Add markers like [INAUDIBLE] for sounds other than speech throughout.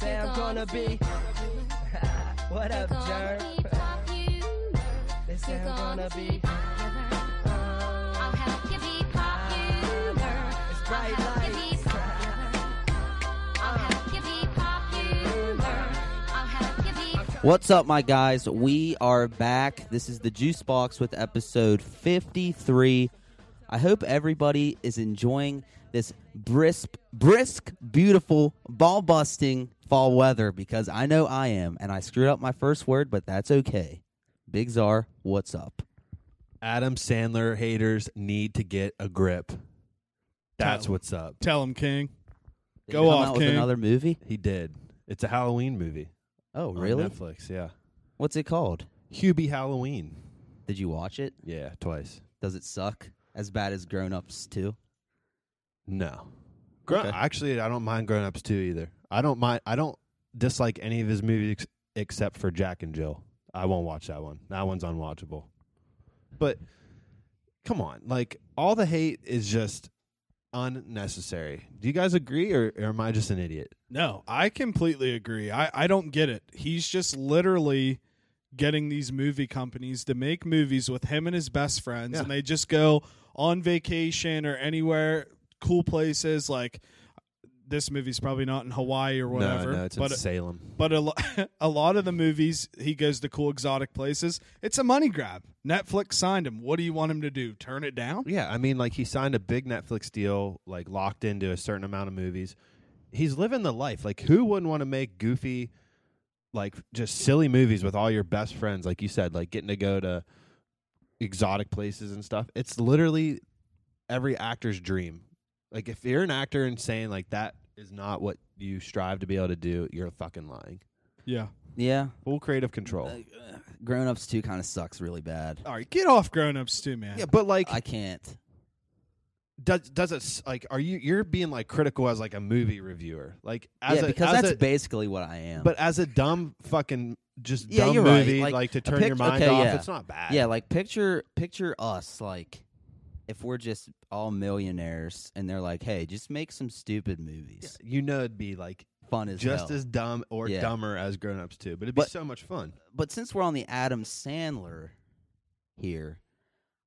gonna be. [LAUGHS] what up, gonna Jer? be popular. They say You're I'm gonna gonna be be. popular. I'll help you be popular. It's I'll bright help you be lights. popular. I'll help you be popular. I'll help you be What's up, my guys? We are back. This is the Juice Box with episode 53. I hope everybody is enjoying this brisk, brisk, beautiful, ball busting fall weather because I know I am, and I screwed up my first word, but that's okay. Big Czar, what's up? Adam Sandler haters need to get a grip. That's Tyler. what's up. Tell him, King. Did Go he come off, out with King. another movie. He did. It's a Halloween movie. Oh, on really? Netflix, yeah. What's it called? Hubie Halloween. Did you watch it? Yeah, twice. Does it suck as bad as Grown Ups too? No. Gro- Okay. Actually, I don't mind Grown Ups 2 either. I don't mind I don't dislike any of his movies ex- except for Jack and Jill. I won't watch that one. That one's unwatchable. But come on, like all the hate is just unnecessary. Do you guys agree or, or am I just an idiot? No, I completely agree. I, I don't get it. He's just literally getting these movie companies to make movies with him and his best friends, Yeah. and they just go on vacation or anywhere, cool places. Like, this movie's probably not in Hawaii or whatever. No, no, it's but in Salem. but a, lo- [LAUGHS] a lot of the movies, he goes to cool, exotic places. It's a money grab. Netflix signed him. What do you want him to do? Turn it down? Yeah, I mean, like he signed a big Netflix deal, like locked into a certain amount of movies. He's living the life. Like, who wouldn't want to make goofy, like just silly movies with all your best friends? Like you said, like getting to go to exotic places and stuff. It's literally every actor's dream. Like, if you're an actor and saying like that is not what you strive to be able to do, you're fucking lying. Yeah. Yeah, Full creative control. Grown Ups too kind of sucks really bad. All right, get off grown ups too, man. yeah, but like, I can't. does does it s- like are you you're being like critical as like a movie reviewer like as yeah, a, because as that's a, basically what I am. but as a dumb fucking just Yeah, dumb you're right. movie Like, like, a to turn your pict- mind okay, off yeah. it's not bad yeah, like picture picture us like if we're just all millionaires and they're like, "Hey, just make some stupid movies, you know it'd be like fun as just hell." as dumb or Yeah. dumber as grown ups too but it'd be But- so much fun but since we're on the Adam Sandler here,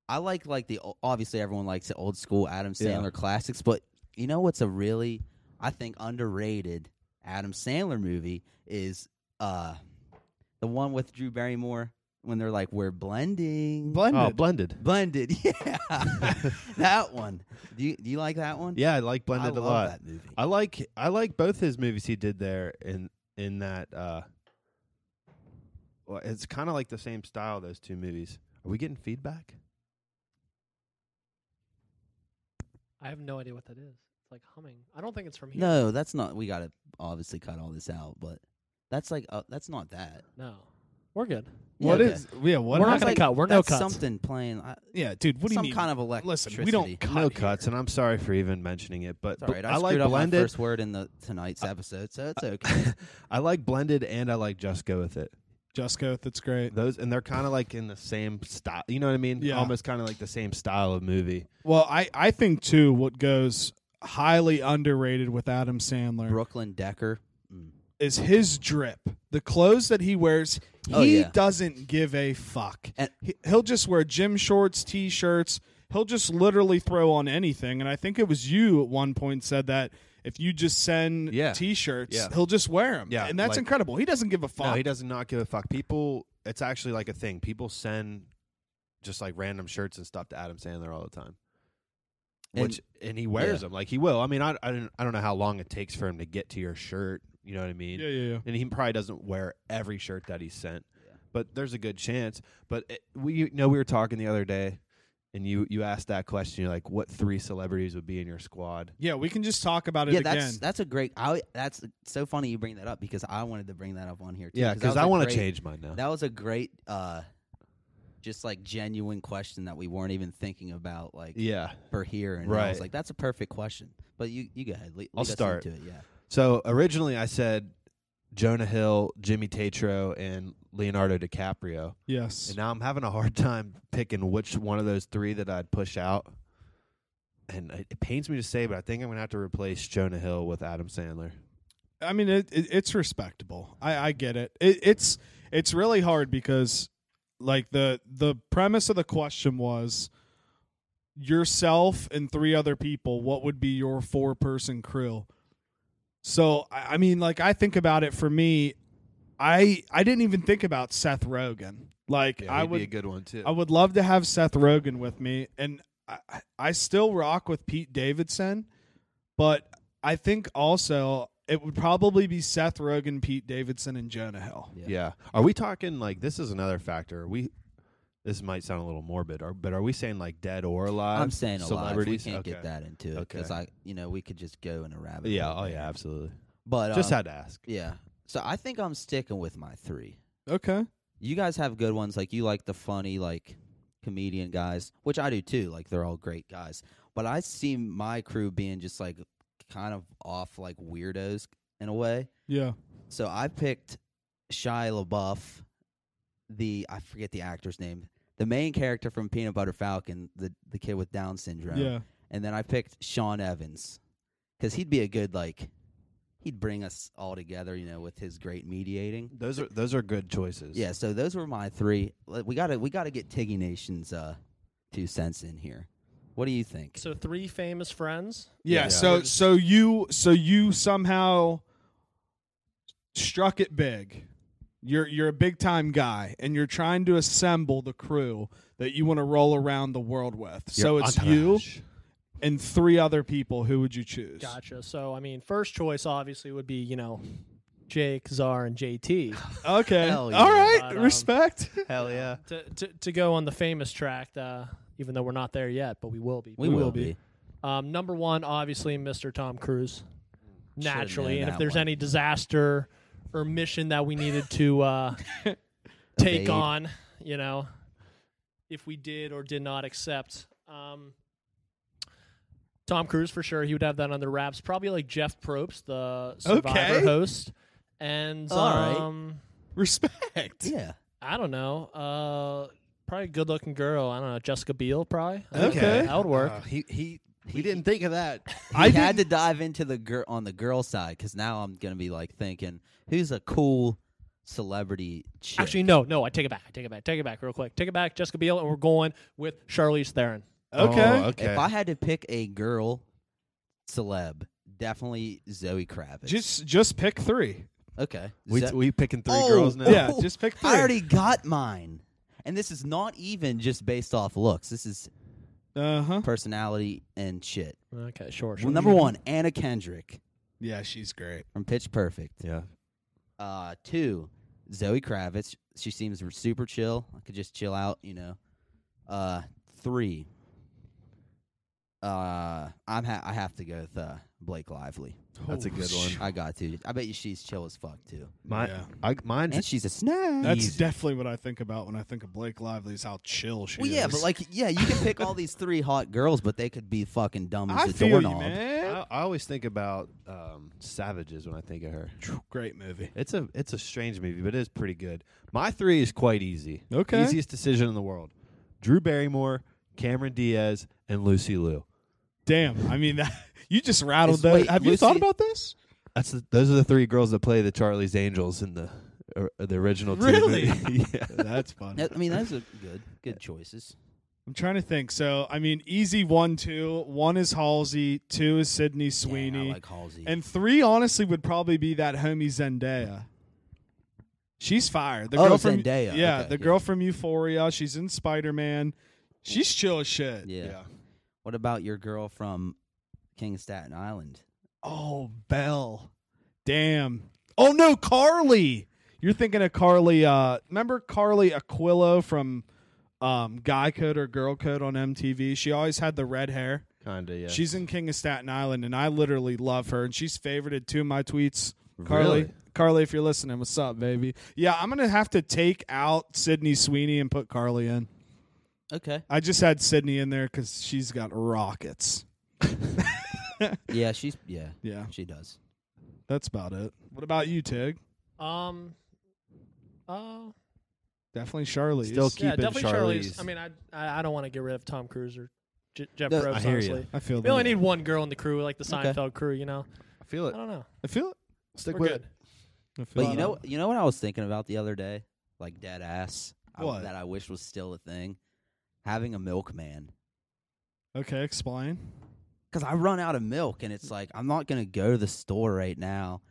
I like like the o- obviously everyone likes the old school Adam Yeah. Sandler classics, but you know what's a really I think underrated Adam Sandler movie is uh the one with Drew Barrymore when they're like we're blending Blended. oh blended blended [LAUGHS] yeah that one do you, do you like that one yeah I like I blended love a lot that movie I like I like both his movies he did there in in that uh well, it's kind of like the same style those two movies are we getting feedback I have no idea what that is. It's like humming. I don't think it's from here. no that's not we gotta obviously cut all this out but that's like uh, that's not that No. We're good. What Yeah, is? Yeah, what? We're I not was gonna like, cut. We're no that's cuts. something playing I, yeah, dude. What do you some mean? kind of electricity Listen, we don't cut. no here. cuts and I'm sorry for even mentioning it but it's all right I, I like screwed up my blended [LAUGHS] first word in the tonight's episode so it's okay I like blended and I like just go with it. Just go. That's great. Those and they're kind of like in the same style. You know what I mean? Yeah. Almost kind of like the same style of movie. Well, I I think too. What goes highly underrated with Adam Sandler Brooklyn Decker Mm. is his drip. The clothes that he wears. He Oh, yeah. doesn't give a fuck. And- he, he'll just wear gym shorts, t-shirts. He'll just literally throw on anything. And I think it was you at one point said that if you just send Yeah. t-shirts, Yeah. he'll just wear them. Yeah, and that's like- incredible. He doesn't give a fuck. No, he does not give a fuck. People, it's actually like a thing. People send just like random shirts and stuff to Adam Sandler all the time. And- Which and he wears yeah. them like he will. I mean, I I don't I don't know how long it takes for him to get to your shirt. You know what I mean? Yeah, yeah, yeah. and he probably doesn't wear every shirt that he sent. Yeah. But there's a good chance. But it, we you know we were talking the other day, and you you asked that question. You're like, what three celebrities would be in your squad? Yeah, we can just talk about it yeah again. that's that's a great I that's so funny you bring that up because I wanted to bring that up on here too Yeah, that because was I a want to great- change mine now. That was a great, uh, just like genuine question that we weren't even thinking about, like yeah. for here. And I was Right. like, that's a perfect question. But you, you go ahead. Le- I'll lead us start. into it. Yeah. So originally I said Jonah Hill, Jimmy Tatro, and Leonardo DiCaprio. yes. And now I'm having a hard time picking which one of those three that I'd push out. And it, it pains me to say, but I think I'm gonna have to replace Jonah Hill with Adam Sandler. I mean, it, it, it's respectable. I, I get it. it. It's it's really hard because, like the the premise of the question was yourself and three other people. What would be your four person crew? So I, I mean, like I think about it for me, I I didn't even think about Seth Rogen. Like Yeah, I he'd would be a good one too. I would love to have Seth Rogen with me, and I, I still rock with Pete Davidson, but I think also it would probably be Seth Rogen, Pete Davidson, and Jonah Hill. Yeah. yeah. Are we talking like this is another factor? Are we this might sound a little morbid, or, but are we saying like dead or alive? I'm saying alive. We celebrities? can't Okay. get that into it because Okay. I, you know, we could just go in a rabbit. Yeah. hole Oh there. yeah. Absolutely. But Just um, had to ask. yeah. So I think I'm sticking with my three. Okay, You guys have good ones. Like you like the funny, like comedian guys, which I do too. Like they're all great guys. But I see my crew being just like kind of off, like weirdos in a way. yeah, So I picked Shia LaBeouf, the I forget the actor's name, the main character from Peanut Butter Falcon, the the kid with Down syndrome. yeah, And then I picked Sean Evans because he'd be a good like he'd bring us all together, you know, with his great mediating. Those are those are good choices. Yeah. So those were my three. Like, We gotta we gotta get Tiggy Nation's uh, two cents in here. What do you think? So three famous friends. yeah. Yeah. So so you so you somehow struck it big. You're you're a big time guy, and you're trying to assemble the crew that you want to roll around the world with. So Your it's you entourage. and three other people. Who would you choose? Gotcha. So I mean, first choice obviously would be you know Jake, Czar, and JT. Okay. Hell All yeah. right. But, um, Respect. [LAUGHS] Hell yeah. to, to to go on the famous track, uh, even though we're not there yet, but we will be. we, we will will be. be. Um, number one, obviously, Mr. Tom Cruise. Should've Naturally, known and if that there's one. any disaster or mission that we needed to [LAUGHS] uh, take Evade. on, you know, if we did or did not accept, um, Tom Cruise for sure, he would have that under wraps. Probably like Jeff Probst, the Survivor Okay. host, and All right. um, Respect. Yeah. I don't know, uh, probably good-looking girl. I don't know, Jessica Biel, probably. I think Okay. that would work. Uh, he he we didn't think [LAUGHS] of that. I had to dive into the girl on the girl side because now I'm gonna be like thinking, who's a cool celebrity? Chick? Actually, no, no. I take it back. I take it back. Take it back, real quick. Take it back, Jessica Biel, and we're going with Charlize Theron. Okay. Oh, okay. if I had to pick a girl celeb, definitely Zoe Kravitz. Just just pick three. okay. we Zo- we picking three Oh, girls now. Yeah. Oh, Just pick three. I already got mine, and this is not even just based off looks. This is Uh huh. personality and shit. Okay, sure. Well, number one, Anna Kendrick Yeah, she's great. from Pitch Perfect. Yeah. Uh, two, Zoe Kravitz. She seems r- super chill. I could just chill out, you know. Uh, three. Uh, I'm ha- I have to go with uh, Blake Lively. That's a good one. I got to. I bet you she's chill as fuck too, My, Oh, Yeah. I, mine's and she's a snag. That's [LAUGHS] definitely what I think about when I think of Blake Lively. Is how chill she well, is. yeah, but like, yeah, you can pick all these three hot girls, but they could be fucking dumb as I a feel you, doorknob. man. I, I always think about um, Savages when I think of her. Great movie. It's a it's a strange movie, but it is pretty good. My three is quite easy. Okay. Easiest decision in the world. Drew Barrymore, Cameron Diaz, and Lucy Liu. Damn. I mean, [LAUGHS] that, you just rattled Is- that. wait, Have you thought Lucy- [LAUGHS] about this? That's the, those are the three girls that play the Charlie's Angels in the or, uh, the original. Teen Really? movie. [LAUGHS] yeah. That's fun. That- I mean, those are good, good choices. I'm trying to think. So I mean, easy one, two. One is Halsey. Two is Sydney Dang, Sweeney. I like Halsey. And three, honestly, would probably be that homie Zendaya. She's fire. The Oh, girl from, Zendaya. Yeah, Okay, yeah. the girl from Euphoria. She's in Spider Man. She's chill as shit. Yeah. what about your girl from King of Staten Island? Oh, Belle. Damn. Oh no, Carly. You're thinking of Carly. Uh, remember Carly Aquillo from um, Guy Code or Girl Code on MTV? She always had the red hair. Kinda. Yeah. She's in King of Staten Island, and I literally love her. And she's favorited two of my tweets. Carly, Really? Carly, if you're listening, what's up, baby? Yeah, I'm gonna have to take out Sydney Sweeney and put Carly in. Okay. I just had Sydney in there because she's got rockets. Yeah, she's yeah, Yeah, she does. that's about it. What about you, Tig? Um. Oh, Definitely Charlie. Still yeah, Keeping definitely Charlize. Charlize. I mean, I I I don't want to get rid of Tom Cruise or J- Jeff No, Probst. I hear ya. honestly, I feel. we only that. need one girl in the crew, like the Okay. Seinfeld crew. You know, I feel I it. don't know. I feel. Stick We're with good. it. But you know, you know what I was thinking about the other day, like dead ass, I- What? that I wish was still a thing, having a milkman. Okay, explain. Because I run out of milk, and it's like I'm not gonna go to the store right now,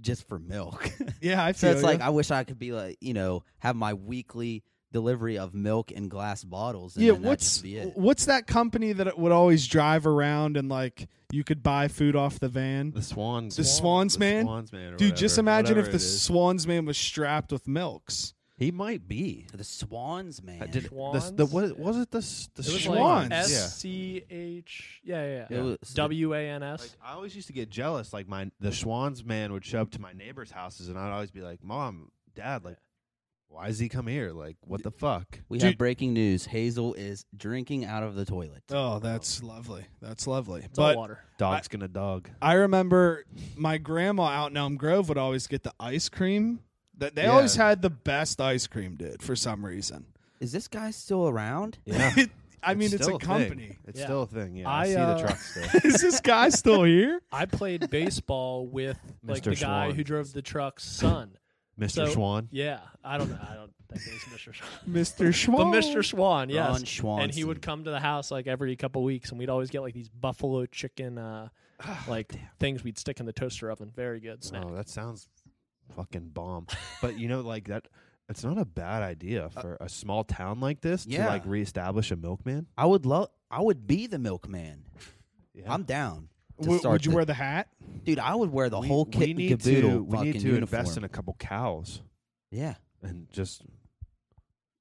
just for milk. [LAUGHS] Yeah, I so feel it's like ya. I wish I could be like you know have my weekly delivery of milk in glass bottles. And yeah. then that'd just What's be it. what's that company that it would always drive around and like you could buy food off the van? The Swans. The Swans man? Swans man. or Dude, just whatever- imagine whatever if it the is. Swans man was strapped with milks. he might be. the Swans man? Uh, Did the, Swans? the what was it the s- the It was Swans? Swans. like S yeah. C H. Yeah, yeah, It yeah. was- W A N S. Like, I always used to get jealous. Like my the Schwann's man would show up to my neighbors' houses, and I'd always be like, "Mom, Dad, like, why does he come here? Like, what the fuck?" we Dude- have breaking news. Hazel is drinking out of the toilet. Oh, that's lovely. That's lovely. It's all but water. Dog's gonna dog. I remember my grandma out in Elm Grove would always get the ice cream. That they Yeah. always had the best ice cream, dude. For some reason, Is this guy still around? Yeah, [LAUGHS] I mean, it's still a company. [LAUGHS] Thing. It's Yeah. still a thing. Yeah, I, I, see uh, the trucks there. Is this guy still here? I played baseball with like Mr. the guy Swan. who drove the truck's son. Mr. So- Schwann. Yeah, I don't know. I don't think it was Mr. Swan. Mr. But Schwann. Mr. Swan, yes. Ron Swanson. and he would come to the house like every couple weeks, and we'd always get like these buffalo [SIGHS] chicken, uh, like things we'd stick in the toaster oven. Very good snack. Oh, that sounds fucking bomb. but you know, like that. It's not a bad idea for a small town like this yeah. to like reestablish a milkman. I would love. I would be the milkman. Yeah. I'm down. To W- start would you the- wear the hat? Dude, I would wear the We- whole we kit need and caboodle. to, we fucking need to uniform. invest in a couple cows yeah. and just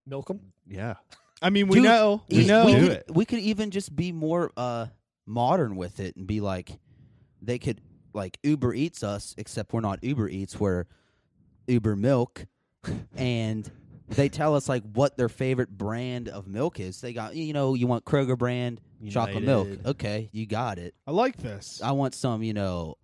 Milk 'em? yeah. I mean, we Dude, know. we We E- know. We Do could, it. we could even just be more uh, modern with it and be like, they could like Uber Eats us, except we're not Uber Eats. We're Uber Milk, and they tell us like what their favorite brand of milk is. They got you know you want Kroger brand chocolate milk. United. Okay, you got it. I like this. I want some, you know,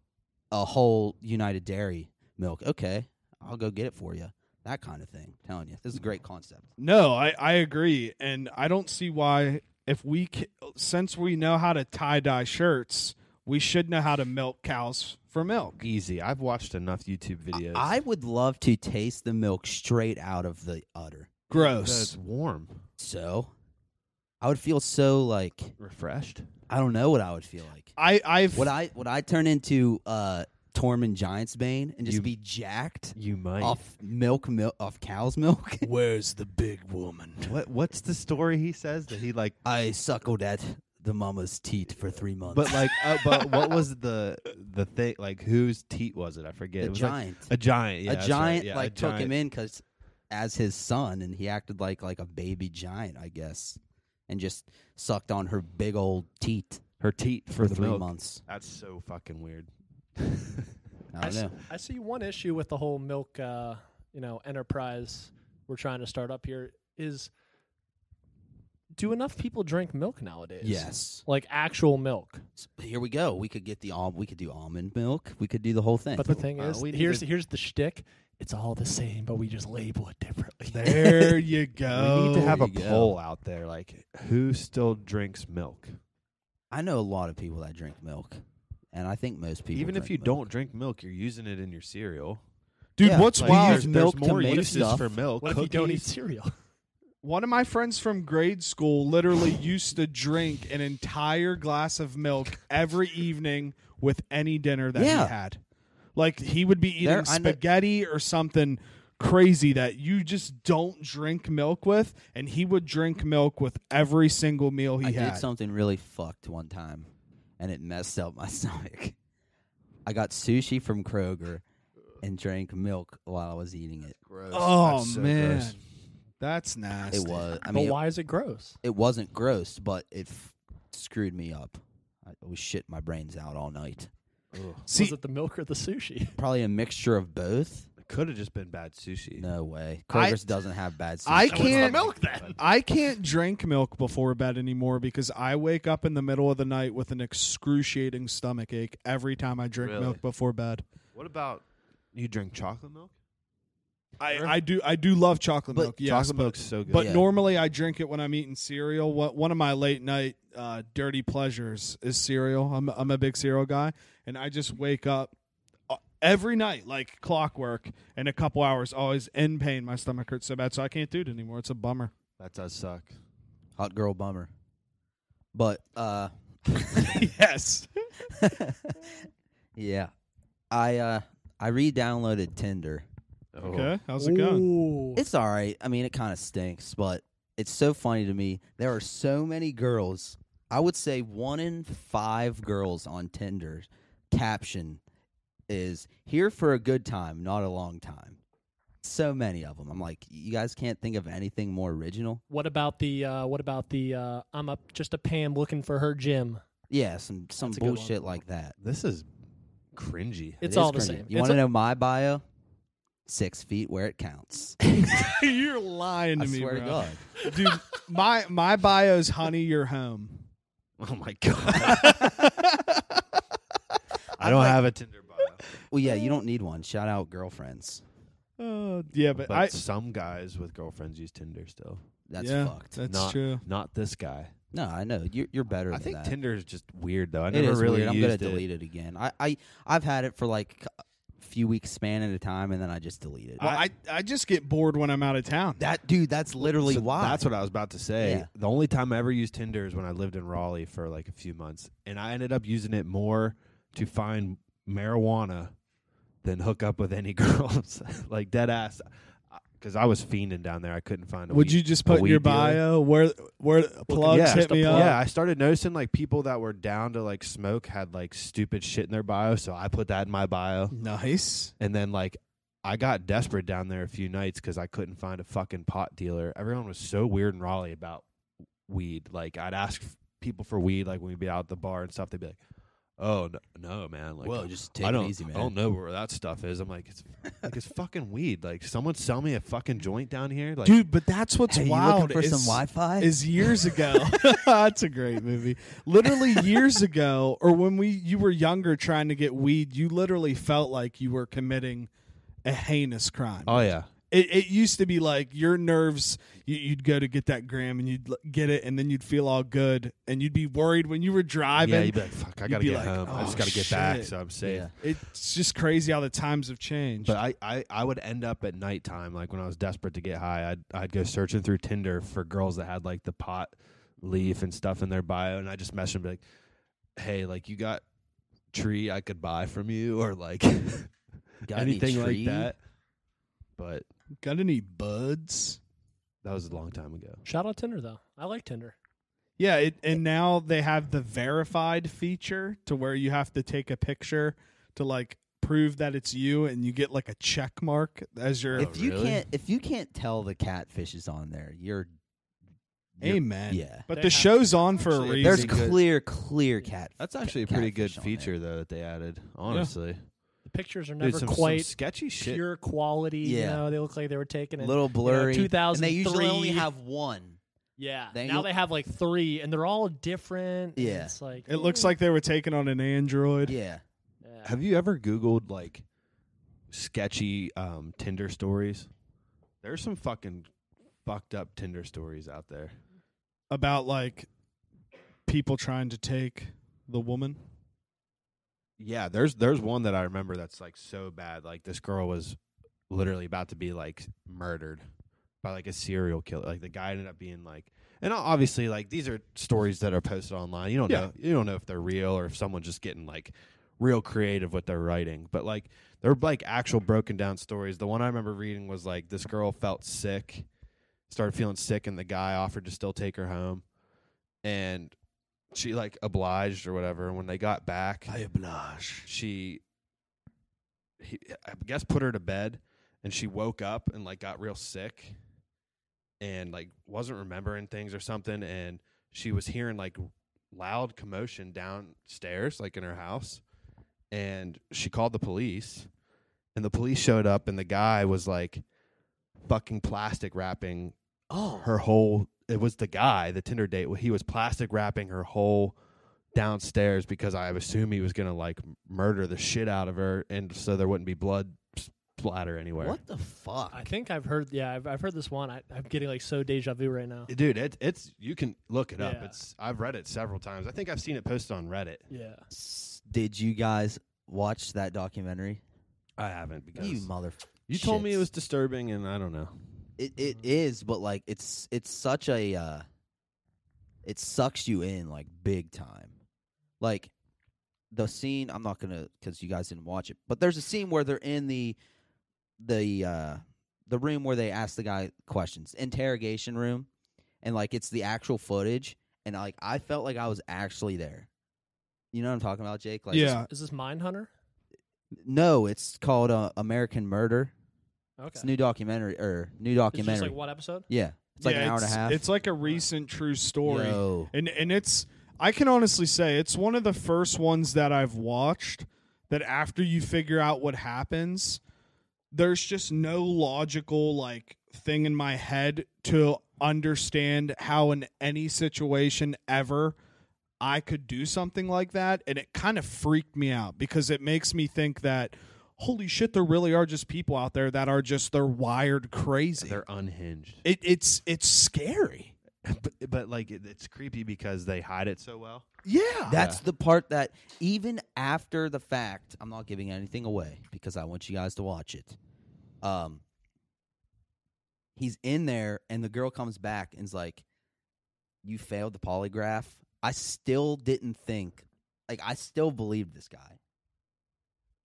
a whole United Dairy milk. Okay, I'll go get it for you. That kind of thing. telling you, this is a great concept. No, I, I agree. And I don't see why, if we, c- since we know how to tie dye shirts, we should know how to milk cows for milk. Easy. I've watched enough YouTube videos. I would love to taste the milk straight out of the udder. Gross. it's warm, So, I would feel so like refreshed. I don't know what I would feel like. I, I've, Would I would I turn into uh Tormund Giantsbane and just You- be jacked You might. off milk milk off cow's milk? [LAUGHS] where's the big woman? What What's the story he says that he like? I suckled at the mama's teat for three months. But like, uh, but what was the the thing? Like, whose teat was it? I [LAUGHS] forget. the it was like- giant. a giant. Yeah, a that's right. giant Yeah, a like took him giant. in because as his son, and he acted like like a baby giant, I guess, and just sucked on her big old teat her teat for, for, the three milk. months. That's so fucking weird. [LAUGHS] I don't s- know. I see one issue with the whole milk, uh, you know, enterprise we're trying to start up here is do enough people drink milk nowadays? Yes. Like actual milk. S- Here we go. We could get the al- we could do almond milk. We could do the whole thing. [LAUGHS] But the thing Uh, is, we need here's to- here's the shtick. It's all the same, but we just label it differently. There you we go. need to have a you go. poll out there, like who still drinks milk, I know a lot of people that drink milk, and I think most people. even if drink you milk. don't drink milk, you're using it in your cereal. Dude, Yeah, what's like, wild? there's- milk to more make uses stuff. for milk. [LAUGHS] What if you don't eat Cookies. cereal? One of my friends from grade school literally used to drink an entire glass of milk every evening with any dinner that Yeah. he had. Like he would be eating There- I know- spaghetti or something crazy that you just don't drink milk with, and he would drink milk with every single meal he I had. did something really fucked one time, and it messed up my [LAUGHS] stomach. I got sushi from Kroger and drank milk while I was eating it. oh That's so man, gross. that's nasty. It was. I mean, it but why is it gross? it wasn't gross, but it f- screwed me up. I was shit my brains out all night. See, was it the milk or the sushi? Probably a mixture of both. It could have just been bad sushi. No way. I- Kroger's doesn't have bad sushi. I can't- milk then. I can't drink milk before bed anymore because I wake up in the middle of the night with an excruciating stomach ache every time I drink Really? milk before bed. [LAUGHS] What about you drink chocolate milk? I, Sure. I do I do love chocolate But milk, yes, chocolate but, milk's so good. but Yeah. normally I drink it when I'm eating cereal. What one of my late night uh, dirty pleasures is cereal. I'm I'm a big cereal guy, and I just wake up. uh, every night like clockwork in a couple hours always in pain my stomach hurts so bad so i can't do it anymore it's a [LAUGHS] bummer That does suck. Hot girl bummer. But uh yes yeah. I uh I re-downloaded Tinder. Oh. okay [LAUGHS] how's it going It's all right. I mean, it kind of stinks, but it's so funny to me. There are so many girls. I would say one in five girls on Tinder caption is here for a good time, not a long time. So many of them. I'm like, you guys can't think of anything more original. What about the uh, what about the uh, I'm up just a Pam looking for her gym? Yeah, some some That's a good one. bullshit like that. This is cringy. It's It is all the cringy. same. You It's want to a- know my bio? Six feet where it counts. [LAUGHS] you're lying [LAUGHS] to I me swear to bro. God. dude my my bio's honey you're home [LAUGHS] Oh my god. [LAUGHS] I don't have a Tinder [LAUGHS] bio, Well, yeah, you don't need one. Shout out girlfriends. Oh, uh, yeah but, but i some guys with girlfriends use Tinder still. That's yeah, fucked. that's Not- true Not this guy. No, I know you're you're better. I than think that. Tinder is just weird though. I It never is really weird. I'm used gonna it. delete it again. I I I've had it for like a few weeks span at a time, and then I just delete it. well, I, I just get bored when i'm out of town that dude, that's literally So why. That's what I was about to say. Yeah. The only time I ever used Tinder is when I lived in Raleigh for like a few months, and I ended up using it more to find marijuana than hook up with any [LAUGHS] girls, like dead ass. Because I was fiending down there, I couldn't find. A would weed- you just put a in your weed dealer. bio where where plugs yeah, hit me up Yeah, I started noticing like people that were down to like smoke had like stupid shit in their bio, so I put that in my bio, nice and then like. I got desperate down there a few nights because I couldn't find a fucking pot dealer. Everyone was so weird in Raleigh about weed. Like I'd ask f- people for weed, like when we'd be out at the bar and stuff. They'd be like, "Oh no, no man, like Whoa, just take I it don't, easy, man." I don't know where that stuff is." I'm like, "It's like it's fucking weed. Like someone sell me a fucking joint down here, like dude but that's what's Hey, you wild looking for is, some Wi-Fi? [LAUGHS] is years ago [LAUGHS] that's a great movie literally years ago or when we you were younger trying to get weed you literally felt like you were committing a heinous crime Oh yeah, it, it used to be like your nerves you, you'd go to get that gram and you'd l- get it and then you'd feel all good and you'd be worried when you were driving yeah. You'd be like, "Fuck, I you'd gotta be get like, home. I "Oh, just gotta get back, shit." so I'm safe." Yeah. [LAUGHS] it's just crazy how the times have changed But I, I, I would end up at nighttime, like when I was desperate to get high, I'd, I'd go searching through Tinder for girls that had like the pot leaf and stuff in their bio. And I just message them, be like, hey, like you got tree I could buy from you [LAUGHS] or like [LAUGHS] Got any anything like tree? that. But got any buds that was a long time ago. Shout out Tinder though. I like Tinder. yeah it, and now they have the verified feature to where you have to take a picture to like prove that it's you and you get like a check mark as your If you really? can't if you can't tell the catfish is on there, you're, you're- amen Yeah, but They the have show's on for a Actually, reason there's Easy. good. clear clear cat. That's cat- actually a pretty good catfish on there. feature, though, that they added, honestly. The pictures are Dude, never some, some quite sketchy shit. pure quality. You Yeah. know, they look like they were taken in Little blurry. and they usually 2003. only have one. Yeah. Then now you'll- they have like three, and they're all different. and Yeah. It's like it looks like they were taken on an android Yeah. Yeah. Have you ever Googled like sketchy um, Tinder stories? There's some fucking fucked up Tinder stories out there. about like people trying to take the woman. Yeah, there's there's one that I remember that's like so bad. Like this girl was literally about to be like murdered by like a serial killer. Like the guy ended up being like, and obviously like these are stories that are posted online. You don't Yeah. know you don't know if they're real or if someone's just getting like real creative with their writing. But like they're like actual broken down stories. The one I remember reading was like this girl felt sick, started feeling sick, and the guy offered to still take her home, and she like obliged or whatever. And when they got back, oblige. she he, I guess put her to bed and she woke up and like got real sick and like wasn't remembering things or something and she was hearing like loud commotion downstairs like in her house and she called the police and the police showed up and the guy was like fucking plastic wrapping Oh. her whole it was the guy the tinder date he was plastic wrapping her whole downstairs because i assume he was gonna like murder the shit out of her and so there wouldn't be blood splatter anywhere What the fuck? I think I've heard. Yeah, I've, I've heard this one. I, I'm getting like so deja vu right now. dude it, it's you can look it up Yeah. it's i've read it several times i think i've seen it posted on reddit Yeah. S- Did you guys watch that documentary? I haven't because You you, mother. told me it shits. was disturbing, and I don't know. It it is, but like it's it's such a uh it sucks you in like big time. Like the scene I'm not going to cuz you guys didn't watch it, but there's a scene where they're in the the uh the room where they ask the guy questions, interrogation room, and like it's the actual footage and like I felt like I was actually there. You know what I'm talking about, Jake? Like yeah, Is this Mindhunter? No, it's called uh, American Murder. Okay. It's a new documentary or new It's documentary. just like what episode? Yeah. It's like Yeah, an hour and a it's- half. It's like a recent true story. Yo. and and it's I can honestly say it's one of the first ones that I've watched that after you figure out what happens, there's just no logical like thing in my head to understand how in any situation ever I could do something like that and it kind of freaked me out because it makes me think that holy shit there really are just people out there that are just they're wired crazy. They're unhinged, it, it's it's scary. [LAUGHS] but, but like it, it's creepy because they hide it so well. Yeah. That's the part that even after the fact, I'm not giving anything away because I want you guys to watch it. Um he's in there and the girl comes back and's like you failed the polygraph. I still didn't think like I still believed this guy.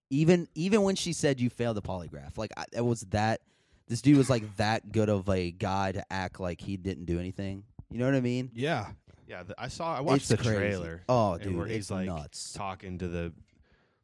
Even even when she said you failed the polygraph, like I, it was that this dude was like that good of a guy to act like he didn't do anything. You know what I mean? yeah. Yeah, th- I saw. I It's watched the crazy. trailer. Oh, and dude, where he's it's like nuts. talking to the,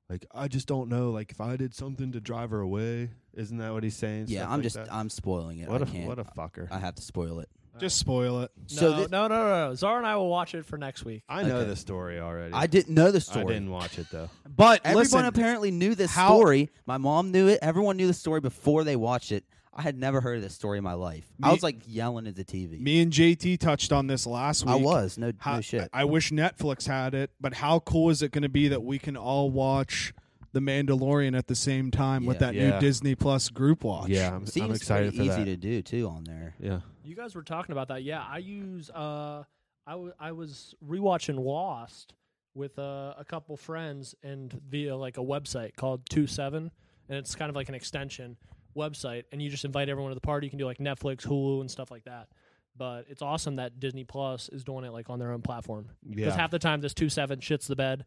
like I just don't know. Like if I did something to drive her away, isn't that what he's saying? Yeah, Stuff I'm like just that? I'm spoiling it. what I a can't. what a fucker. I have to spoil it. Just spoil it. No, So thi- no, no, no, no. Zara and I will watch it for next week. I know Okay. the story already. I didn't know the story. I didn't watch it [LAUGHS] though. But Everyone listen, apparently knew this how- story. My mom knew it. Everyone knew the story before they watched it. I had never heard of this story in my life. I Me- was like yelling at the TV. me and JT touched on this last week. I was no, How- no shit. I wish Netflix had it, but how cool is it going to be that we can all watch The Mandalorian at the same time with Yeah. that Yeah. new Disney Plus group watch? Yeah, I'm, Seems I'm excited for pretty easy that. to do too on there. yeah, You guys were talking about that. Yeah, I use. Uh, I wa- I was rewatching Lost with uh, a couple friends and via like a website called Two Seven, and it's kind of like an extension website, and you just invite everyone to the party. You can do like Netflix, Hulu, and stuff like that. But it's awesome that Disney Plus is doing it like on their own platform because yeah. half the time this Two Seven shits the bed,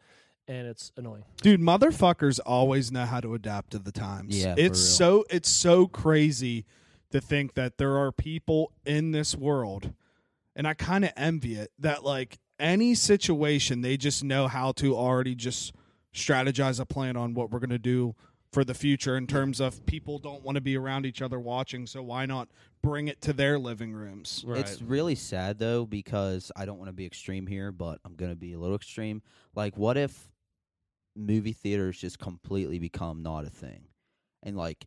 and it's annoying. Dude, motherfuckers always know how to adapt to the times. Yeah, for it's real. so it's so crazy to think that there are people in this world, and I kind of envy it that like any situation they just know how to already just strategize a plan on what we're gonna do for the future in terms of people don't want to be around each other watching, so why not bring it to their living rooms? Right. It's really sad though because I don't want to be extreme here, but I'm gonna be a little extreme. Like, what if movie theaters just completely become not a thing? And like,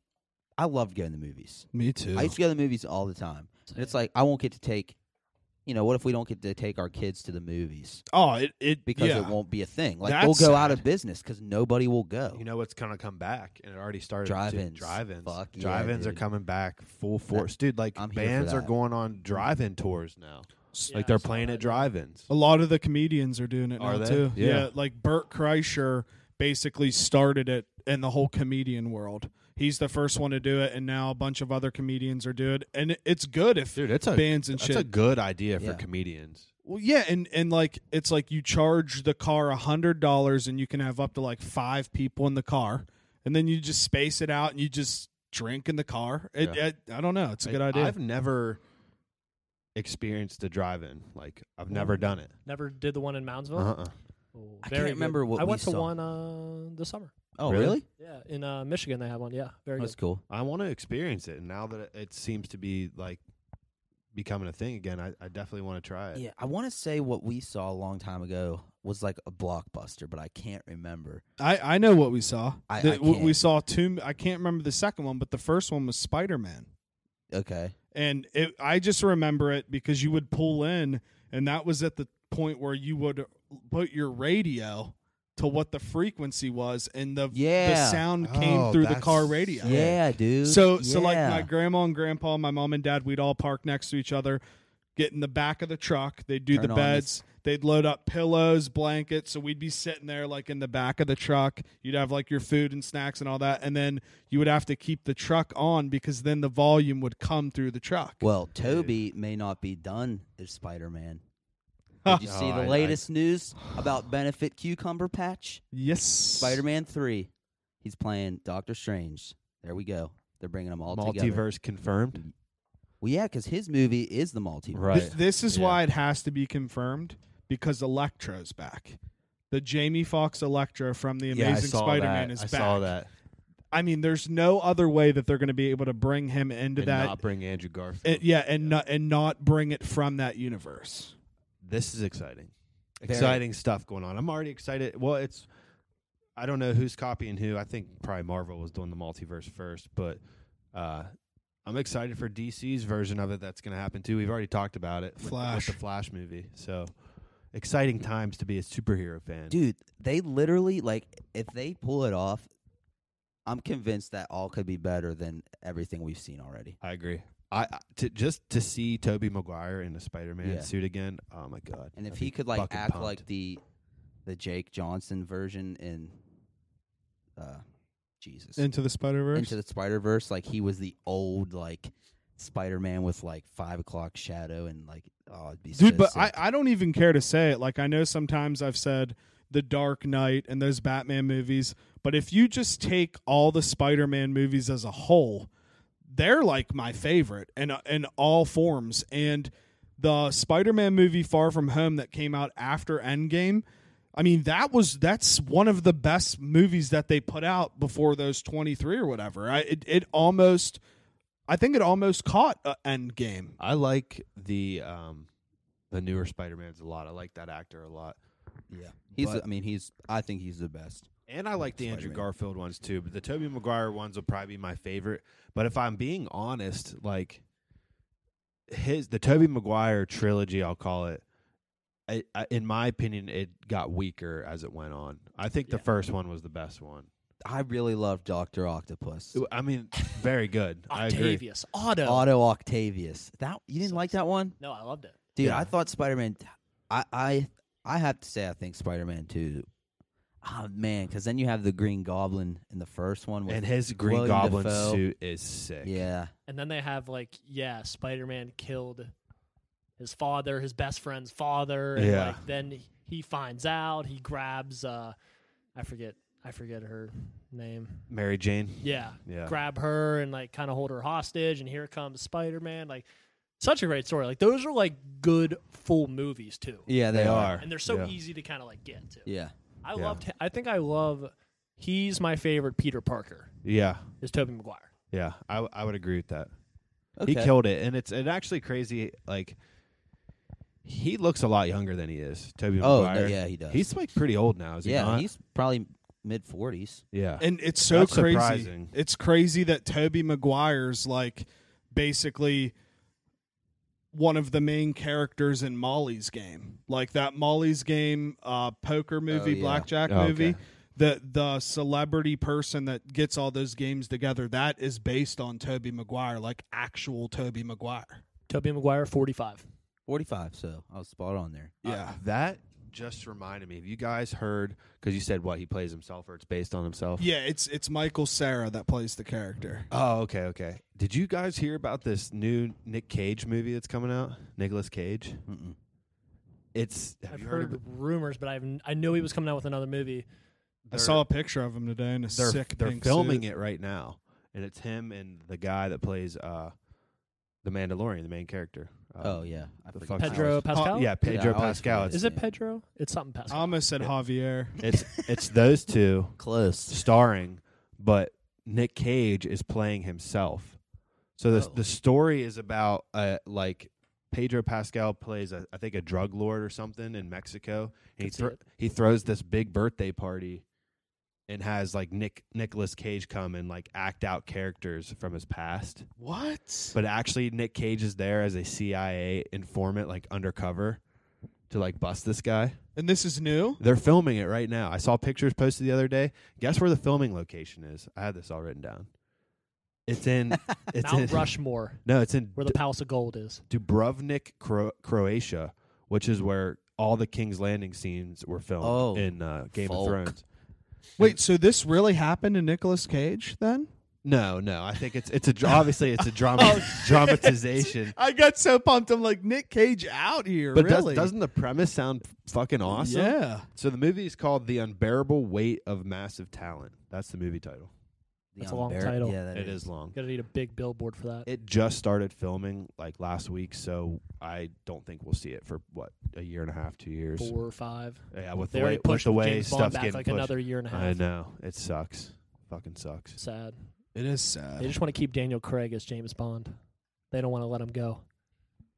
I loved going to movies. Me too. I used to go to the movies all the time. And it's like I won't get to take you know, what if we don't get to take our kids to the movies oh, it, it because yeah. it won't be a thing. Like That's we'll go out sad. of business cuz nobody will go. You know what's gonna come back, and it already started. Drive-ins. dude, drive-ins, Fuck yeah, drive-ins are dude. coming back full force, dude. Like I'm here for bands are that. going on drive-in tours now. Yeah, like they're I saw playing that. at drive-ins. A lot of the comedians are doing it Are now they? too. Yeah. like Burt Kreischer basically started it in the whole comedian world. He's the first one to do it, and now a bunch of other comedians are doing it, and it- it's good if Dude, it's a bands and that's shit. a good idea Yeah. for comedians. well, yeah, and and like it's like you charge the car a hundred dollars, and you can have up to like five people in the car, and then you just space it out, and you just drink in the car. It, Yeah. it- I don't know. It's a good Like, idea. I've never experienced a drive-in. Like I've never done it. Never did the one in Moundsville. Uh-huh. Uh-uh. Oh, I very can't good. remember what I we went to saw. one uh, this summer. Oh, Really? really? Yeah, in uh, Michigan they have one. Yeah, very That's good. cool. I want to experience it, and now that it seems to be like becoming a thing again, I, I definitely want to try it. Yeah, I want to say what we saw a long time ago was like a blockbuster, but I can't remember. I, I know what we saw. I- The- I we- we can't. saw two. I can't remember the second one, but the first one was Spider Man. Okay. and it, I just remember it because you would pull in, and that was at the point where you would put your radio to what the frequency was, and the the Yeah. sound came Oh, through the that's car radio. Yeah, dude. So so like Yeah. my grandma and grandpa, my mom and dad, we'd all park next to each other, get in the back of the truck. They'd do Turn the on this- beds. They'd load up pillows, blankets. So we'd be sitting there like in the back of the truck. You'd have like your food and snacks and all that. And then you would have to keep the truck on because then the volume would come through the truck. Well, Toby may not be done as Spider [LAUGHS] Man. Did you Oh, see I- the I- latest news about Benefit Cucumber Patch? yes. Spider Man 3. He's playing Doctor Strange. There we go. They're bringing them all together. Multiverse confirmed. Well, yeah, because his movie is the multiverse. Right. Th- this is Yeah. why it has to be confirmed because Electro's back. The Jamie Foxx Electro from the yeah, I Amazing saw Spider-Man that. is I back. saw that. I mean, there's no other way that they're going to be able to bring him into And that. not bring Andrew Garfield. and- yeah, and not and not bring it from that universe. this is exciting. Very. Exciting stuff going on. I'm already excited. Well, it's I don't know who's copying who. I think probably Marvel was doing the multiverse first, but uh I'm excited for DC's version of it that's going to happen too. We've already talked about it with- Flash. with, the Flash movie. So exciting times to be a superhero fan. Dude, they literally, like, if they pull it off, I'm convinced that all could be better than everything we've seen already. I agree. I I- to just to see Toby Maguire in a Spider-Man Yeah. suit again. Oh my god. And if I'd he be could, like, fucking act pumped. like the the Jake Johnson version in uh, Jesus. Into the Spider Verse. into the Spider Verse, like he was the old like Spider Man with like five o'clock shadow and like oh it'd be Dude, so but sick. I, I don't even care to say it. Like I know sometimes I've said the Dark Knight and those Batman movies, but if you just take all the Spider-Man movies as a whole, they're like my favorite and in all forms. And the Spider-Man movie Far From Home that came out after Endgame, I mean that was that's one of the best movies that they put out before those 23 or whatever. I it, it almost I think it almost caught uh, Endgame. I like the um the newer Spider-Man's a lot. I like that actor a lot. yeah he's but- I mean he's I think he's the best And I like the Andrew Spider-Man. Garfield ones too, but the Toby Maguire ones will probably be my favorite. But if I'm being honest, like his the Toby Maguire trilogy, I'll call it. I, I, in my opinion, it got weaker as it went on. I think the Yeah. first one was the best one. I really love Doctor Octopus I mean, [LAUGHS] very good. I agree. Octavius, Otto. Otto Octavius that you didn't like that one No, I loved it. dude Yeah. I thought Spider Man I I I have to say I think Spider Man two oh man because then you have the Green Goblin in the first one with And his Green William Goblin Dafoe. suit is sick. yeah And then they have like, yeah, Spider Man killed his father, his best friend's father, and Yeah. like then he finds out, he grabs uh I forget I forget her name. Mary Jane. Yeah. Yeah. Grab her and like kinda hold her hostage and here comes Spider Man. Like such a great story. Like those are like good full movies too. yeah they, They are. And they're so Yeah. easy to kind of like get to. yeah I Yeah. loved. I think I love. He's my favorite Peter Parker. Yeah. Is Tobey Maguire. Yeah. I, w- I would agree with that. okay He killed it, and it's it actually crazy. Like he looks a lot younger than he is. Toby oh no, Maguire. yeah he does he's like pretty old now. Is he yeah not? he's probably mid forties. yeah. And it's so That's crazy. surprising. It's crazy that Toby Maguire's like basically one of the main characters in Molly's game. Like that Molly's game uh poker movie, yeah. blackjack Oh, okay. movie. The the celebrity person that gets all those games together, that is based on Toby Maguire, like actual Toby Maguire. Tobey Maguire, forty-five. 45, so I was spot on there. Uh, that just reminded me. Have you guys heard? Because you said what he plays himself, or it's based on himself. Yeah, it's it's Michael Sarah that plays the character. Oh, okay, okay. Did you guys hear about this new Nick Cage movie that's coming out? Nicolas Cage. Mm-mm. It's. Have I've you heard? heard of, rumors, but I've I knew he was coming out with another movie. I they're- saw a picture of him today in a they're sick they're pink filming suit. it right now, and it's him and the guy that plays uh, the Mandalorian, the main character. Um, Oh yeah, I the forgot. fuck's Pedro Alex- Pascal. Oh, Yeah, Oh, Pedro I always Pascal. forget It's, Is it Pedro? It's something Pascal. Thomas and Javier. it's it's those two [LAUGHS] Close. starring, but Nick Cage is playing himself. So the Oh. the story is about uh like Pedro Pascal plays a, I think a drug lord or something in Mexico. And he Could see thro- it. he throws this big birthday party and has like Nick Nicholas Cage come and like act out characters from his past. What? But actually, Nick Cage is there as a CIA informant, like undercover, to like bust this guy. And this is new? They're filming it right now. I saw pictures posted the other day. Guess where the filming location is? I had this all written down. It's in. It's Mount in. Rushmore, No, it's in where the Palace of Gold is. D- Dubrovnik, Cro- Croatia, which is where all the King's Landing scenes were filmed Oh, in uh, Game folk. of Thrones. Wait, so this really happened to Nicolas Cage then? No, no, I think it's it's a dr- obviously it's a drama dramatization. I got so pumped. I'm like, Nick Cage out here, But does, really? doesn't the premise sound fucking awesome? Yeah. So the movie is called "The Unbearable Weight of Massive Talent." That's the movie title. The That's a long unbear- title. Yeah, that it is long. Gonna need a big billboard for that. It just started filming like last week, so I don't think we'll see it for what a year and a half, two years. Four or five. Yeah, with They the way, already with pushed the way James Bond stuff's back getting like pushed. another year and a half. I know it sucks. Fucking sucks. Sad. It is They sad. just want to keep Daniel Craig as James Bond. They don't want to let him go.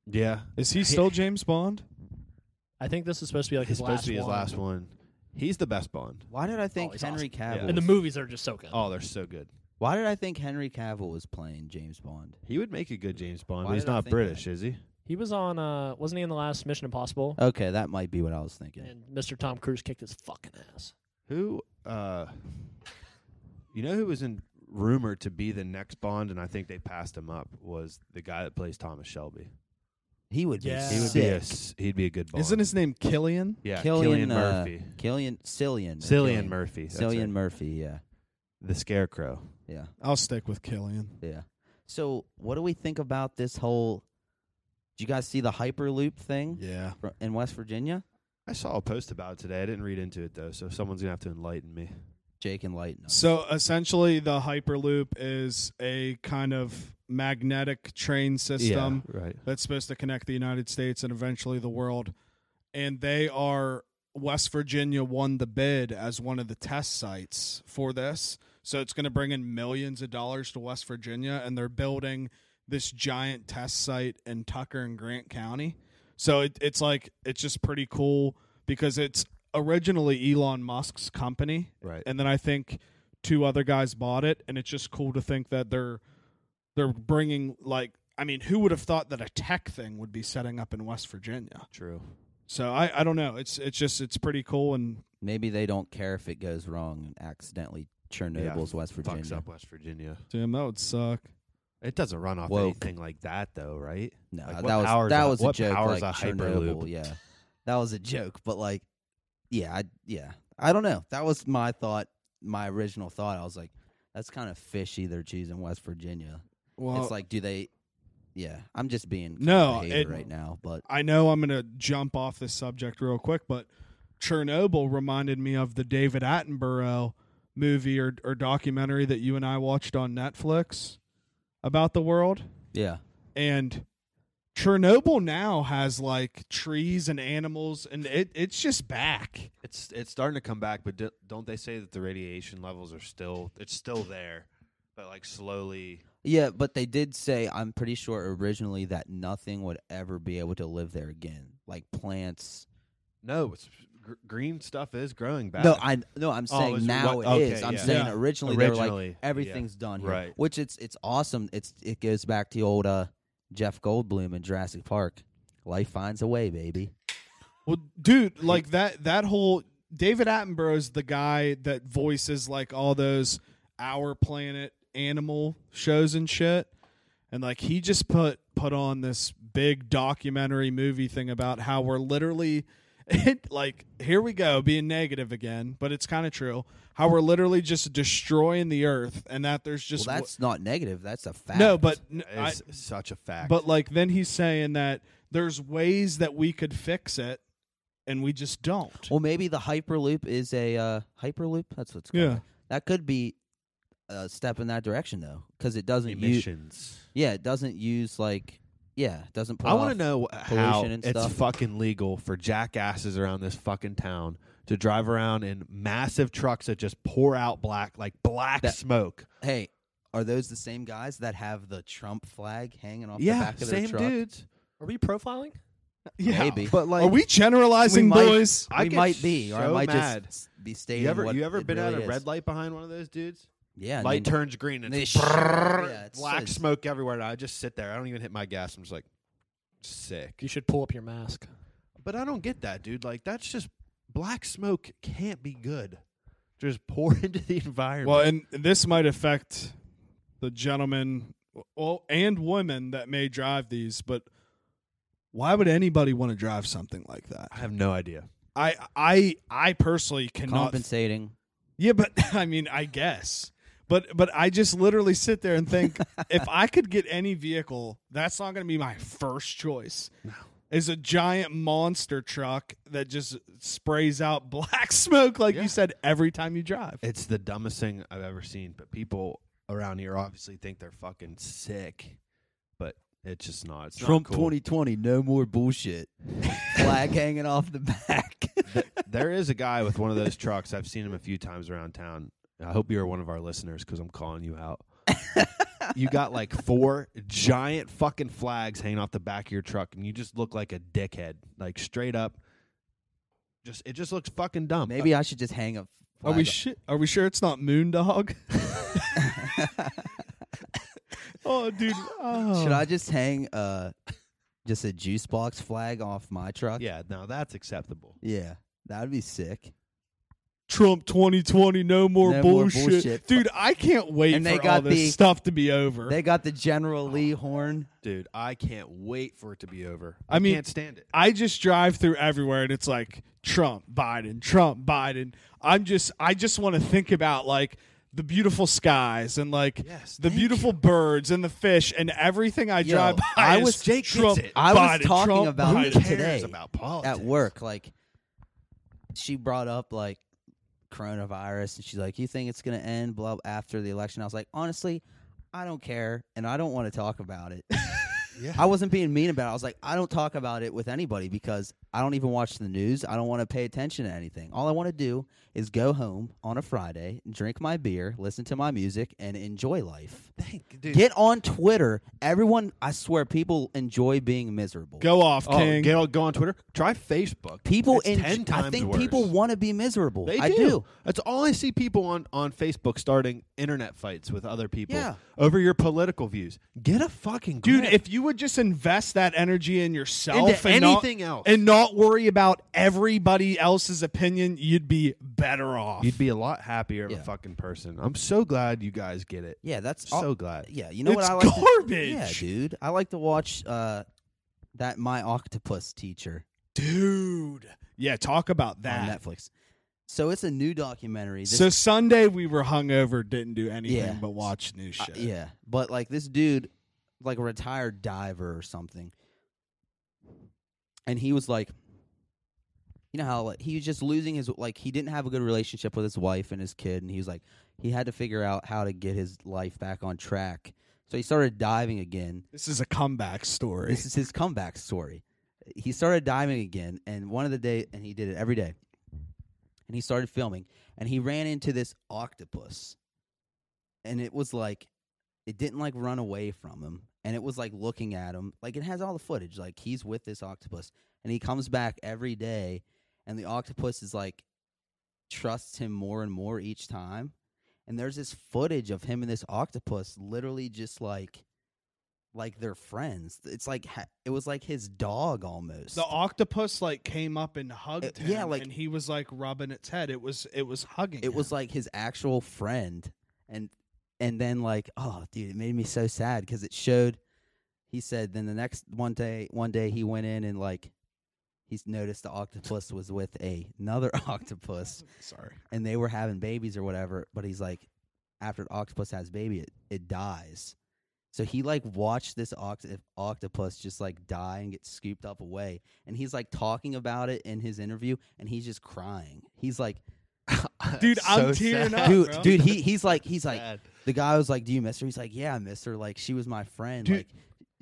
Yeah, Is he still James Bond? I think this is supposed to be like he's his supposed last to be his one. last one. He's the best Bond. Why did I think Oh, he's Henry Yeah. Cavill? And the movies are just so good. Oh, they're so good. Why did I think Henry Cavill was playing James Bond? He would make a good James Bond. Why but he's did I not think British, that? is he? He was on. uh Wasn't he in the last Mission Impossible? Oh. Okay, that might be what I was thinking. And Mr. Tom Cruise kicked his fucking ass. Who? uh You know who was in rumored to be the next Bond, and I think they passed him up. Was the guy that plays Thomas Shelby? He would be Yeah. He would sick. be a s- he'd be a good Bond. Isn't his name Killian? yeah, Killian, Cillian uh, Murphy. Killian Cillian. or Cillian Murphy. that's Cillian it. Murphy. Yeah, the Scarecrow. yeah, I'll stick with Killian. yeah. So, what do we think about this whole? Did you guys see the Hyperloop thing Yeah. fro- in West Virginia? I saw a post about it today. I didn't read into it though, so someone's gonna have to enlighten me. Jake enlighten us. So essentially, the Hyperloop is a kind of magnetic train system. right. that's supposed to connect the United States and eventually the world. And they are West Virginia won the bid as one of the test sites for this. So it's going to bring in millions of dollars to West Virginia and they're building this giant test site in Tucker and Grant County. So it, it's like it's just pretty cool because it's originally Elon Musk's company Right. and then I think two other guys bought it, and it's just cool to think that they're they're bringing like I mean, who would have thought that a tech thing would be setting up in West Virginia? True. So I I don't know. It's it's just it's pretty cool, and Maybe they don't care if it goes wrong and accidentally Chernobyl's West Virginia. Fucks up West Virginia. damn, that would suck. It doesn't run off Woke. anything like that though, right? No, Like, that what was powers that a- was a what joke. powers like a Hyperloop? Chernobyl, yeah, that was a joke. But like, yeah, I, yeah, I don't know. That was my thought, my original thought. I was like, that's kind of fishy. They're choosing West Virginia. Well, it's like, do they? Yeah, I'm just being kind No, of a hater it- right now. But I know I'm gonna jump off this subject real quick, but Chernobyl reminded me of the David Attenborough movie or, or documentary that you and I watched on Netflix about the world. yeah, and Chernobyl now has like trees and animals, and it, it's just back. It's it's starting to come back, but d- don't they say that the radiation levels are still it's still there, but like slowly. yeah. But they did say, I'm pretty sure originally that nothing would ever be able to live there again, like plants. No, it's gr- green stuff is growing back. No, I no, I'm Oh, saying it's now what- it okay, is. I'm yeah. saying Yeah. originally, they were like Originally, everything's done here, Right. which it's it's awesome. It's it goes back to old uh, Jeff Goldblum in Jurassic Park. Life finds a way, baby. Well, dude, like that that whole David Attenborough's the guy that voices like all those Our Planet animal shows and shit, and like he just put put on this big documentary movie thing about how we're literally. [LAUGHS] It, like here we go being negative again but it's kind of true how we're literally just destroying the earth and that there's just well, wa- that's not negative. That's a fact. No, but n- I- It's such a fact. but like then he's saying that there's ways that we could fix it, and we just don't. well, maybe the hyperloop is a uh, hyperloop. That's what's called. Yeah. that could be a step in that direction though, because it doesn't use. emissions. Yeah, it doesn't use like. Yeah, it doesn't. Put I want off- to know wh- pollution how and it's stuff. fucking legal for jackasses around this fucking town to drive around in massive trucks that just pour out black like black That- smoke. Hey, are those the same guys that have the Trump flag hanging off the Yeah, back of their same truck? [LAUGHS] dudes. Are we profiling? Yeah, Maybe. But like, are we generalizing, We might- boys? I we get might be, or I so might mad. just be stating You ever what you ever it been really at a is. red light behind one of those dudes? Yeah, and light then- turns green and they it's shoot up. brrrr, Yeah, it's- black it's- smoke everywhere. And I just sit there. I don't even hit my gas. I'm just like You sick. should pull up your mask. But I don't get that, dude. Like that's just black smoke can't be good. Just pour [LAUGHS] into the environment. Well, and this might affect the gentlemen well and women that may drive these, but why would anybody want to drive something like that? I have no idea. I I I personally cannot Compensating. Yeah, but [LAUGHS] I mean, I guess. But but I just literally sit there and think [LAUGHS] if I could get any vehicle, that's not going to be my first choice. No. Is a giant monster truck that just sprays out [LAUGHS] black smoke like Yeah. you said every time you drive. It's the dumbest thing I've ever seen. But people around here obviously think they're fucking sick. But it's just not. It's Trump not cool. 2020, no more bullshit. [LAUGHS] Flag hanging off the back. [LAUGHS] there is a guy with one of those trucks. I've seen him a few times around town. I hope you're one of our listeners because I'm calling you out. you got like four giant fucking flags hanging off the back of your truck, and you just look like a dickhead, like straight up. Just it just looks fucking dumb. Maybe I should just hang up. Are [LAUGHS] we shi- are we sure it's not Moondog? [LAUGHS] [LAUGHS] oh, dude. Oh. Should I just hang uh just a juice box flag off my truck? Uh, yeah, now that's acceptable. Yeah. That would be sick. Trump 2020 no more, No more bullshit. bullshit. Dude, I can't wait And for they all got this the- stuff to be over. They got the General Lee horn. Dude, I can't wait for it to be over. I mean- can't stand it. I just drive through everywhere and it's like Trump, Biden, Trump, Biden. I'm just I just want to think about like the beautiful skies and like Yes, the thank beautiful birds and the fish and everything I Yo, drive by. I is was- Jake gets Trump, it. I was Biden, talking Trump, about Biden. it Who cares today about politics at work. Like she brought up like coronavirus and she's like, You think it's gonna end blah after the election? I was like, honestly, I don't care and I don't want to talk about it. Yeah. I wasn't being mean about it. I was like, I don't talk about it with anybody because I don't even watch the news. I don't want to pay attention to anything. All I want to do is go home on a Friday, drink my beer, listen to my music, and enjoy life. Thank, dude. Get on Twitter. Everyone, I swear, people enjoy being miserable. Go off, oh, King. get on- go on Twitter. Try Facebook. People It's en- ten times I think worse. people want to be miserable. They I do. do. That's all I see people on on Facebook starting internet fights with other people Yeah. over your political views. Get a fucking Dude, grip. if you would just invest that energy in yourself Into and not- anything else. and not worry about everybody else's opinion, you'd be better off. you'd be a lot happier of a Yeah. Oh, fucking person. I'm so glad you guys get it. Yeah, that's So all- glad. Yeah, you know what It's I like? to- garbage. yeah, dude, I like to watch uh, that My Octopus Teacher Dude. Yeah, talk about that. on Netflix. So it's a new documentary. This so Sunday we were hungover, didn't do anything Yeah. but watch new Uh, shit. yeah, but like this dude, like a retired diver or something, and he was like, you know how like, he was just losing his like he didn't have a good relationship with his wife and his kid, and he was like he had to figure out how to get his life back on track. So he started diving again. This is a comeback story. This is his comeback story. He started diving again, and one of the day, and he did it every day. And he started filming, and he ran into this octopus, and it was like, it didn't like run away from him, and it was like looking at him, like it has all the footage, like he's with this octopus, and he comes back every day, and the octopus is like, trusts him more and more each time, and there's this footage of him and this octopus literally just like like they're friends. It's like ha- it was like his dog almost. the octopus like came up and hugged Uh, him. yeah, like- and he was like rubbing its head. It was it was hugging. it was him. like his actual friend, and and then like oh dude, it made me so sad because it showed. He said then the next one day, one day he went in and like he's noticed the octopus was with a, another [LAUGHS] octopus, sorry. and they were having babies or whatever. But he's like, after an octopus has baby, it, it dies. So he like watched this oct- octopus just like die and get scooped up away, and he's like talking about it in his interview, and he's just crying. He's like, [LAUGHS] Dude, I'm tearing up. dude, bro. dude, he he's like he's like Sad. the guy was like, "Do you miss her?" He's like, "Yeah, I miss her. Like she was my friend. Dude. Like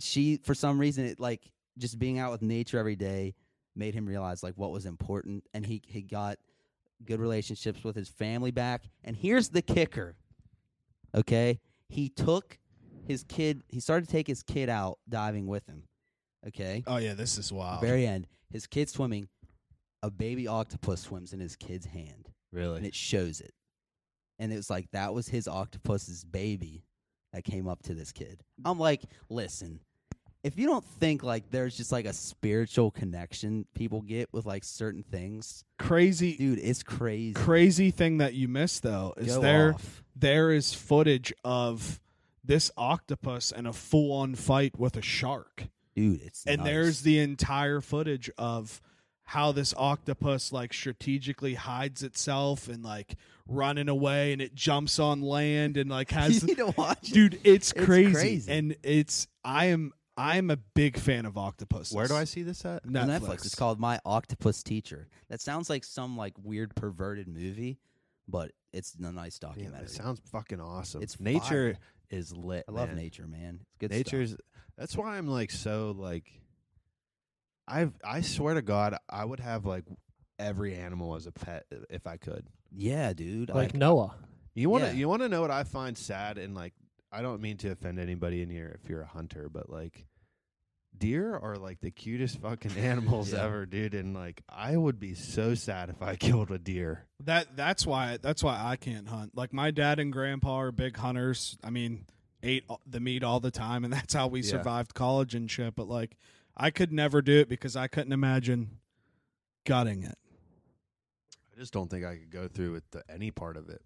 she for some reason it like just being out with nature every day made him realize like what was important and he he got good relationships with his family back. And here's the kicker. Okay? He took his kid, he started to take his kid out diving with him. Okay? Oh yeah, this is wild. Very end. His kid swimming, a baby octopus swims in his kid's hand and Really? it shows it. And it was like that was his octopus's baby that came up to this kid. I'm like, listen, if you don't think like there's just like a spiritual connection people get with like certain things, crazy dude, it's crazy. crazy thing that you missed though is Go there off. there is footage of this octopus in a full on fight with a shark. dude. It's And nuts. [LAUGHS] there's the entire footage of how this octopus like strategically hides itself and like running away and it jumps on land and like [LAUGHS] has you need to watch, it. dude it's It's crazy. crazy. and it's i am i am a big fan of octopus Where do I see this at? On netflix, Netflix. It's called My Octopus Teacher. That sounds like some like weird perverted movie, but it's a nice Yeah, documentary. it sounds fucking awesome. It's nature fire. is lit. I love man. nature, man. It's good. stuff. Nature's that's why I'm like so like I've I swear to God I would have like every animal as a pet i- if I could. Yeah, dude. like I, Noah. You want to Yeah. you want to know what I find sad and like I don't mean to offend anybody in here if you're a hunter, but like deer are like the cutest fucking [LAUGHS] animals Yeah. ever, dude. And like I would be so sad if I [LAUGHS] killed a deer. that that's why that's why i can't hunt like my dad and grandpa are big hunters i mean ate all- the meat all the time and [LAUGHS] that's how we Yeah. survived college and shit but like i could never do it because i couldn't imagine gutting it I just don't think I could go through with the, any part of it.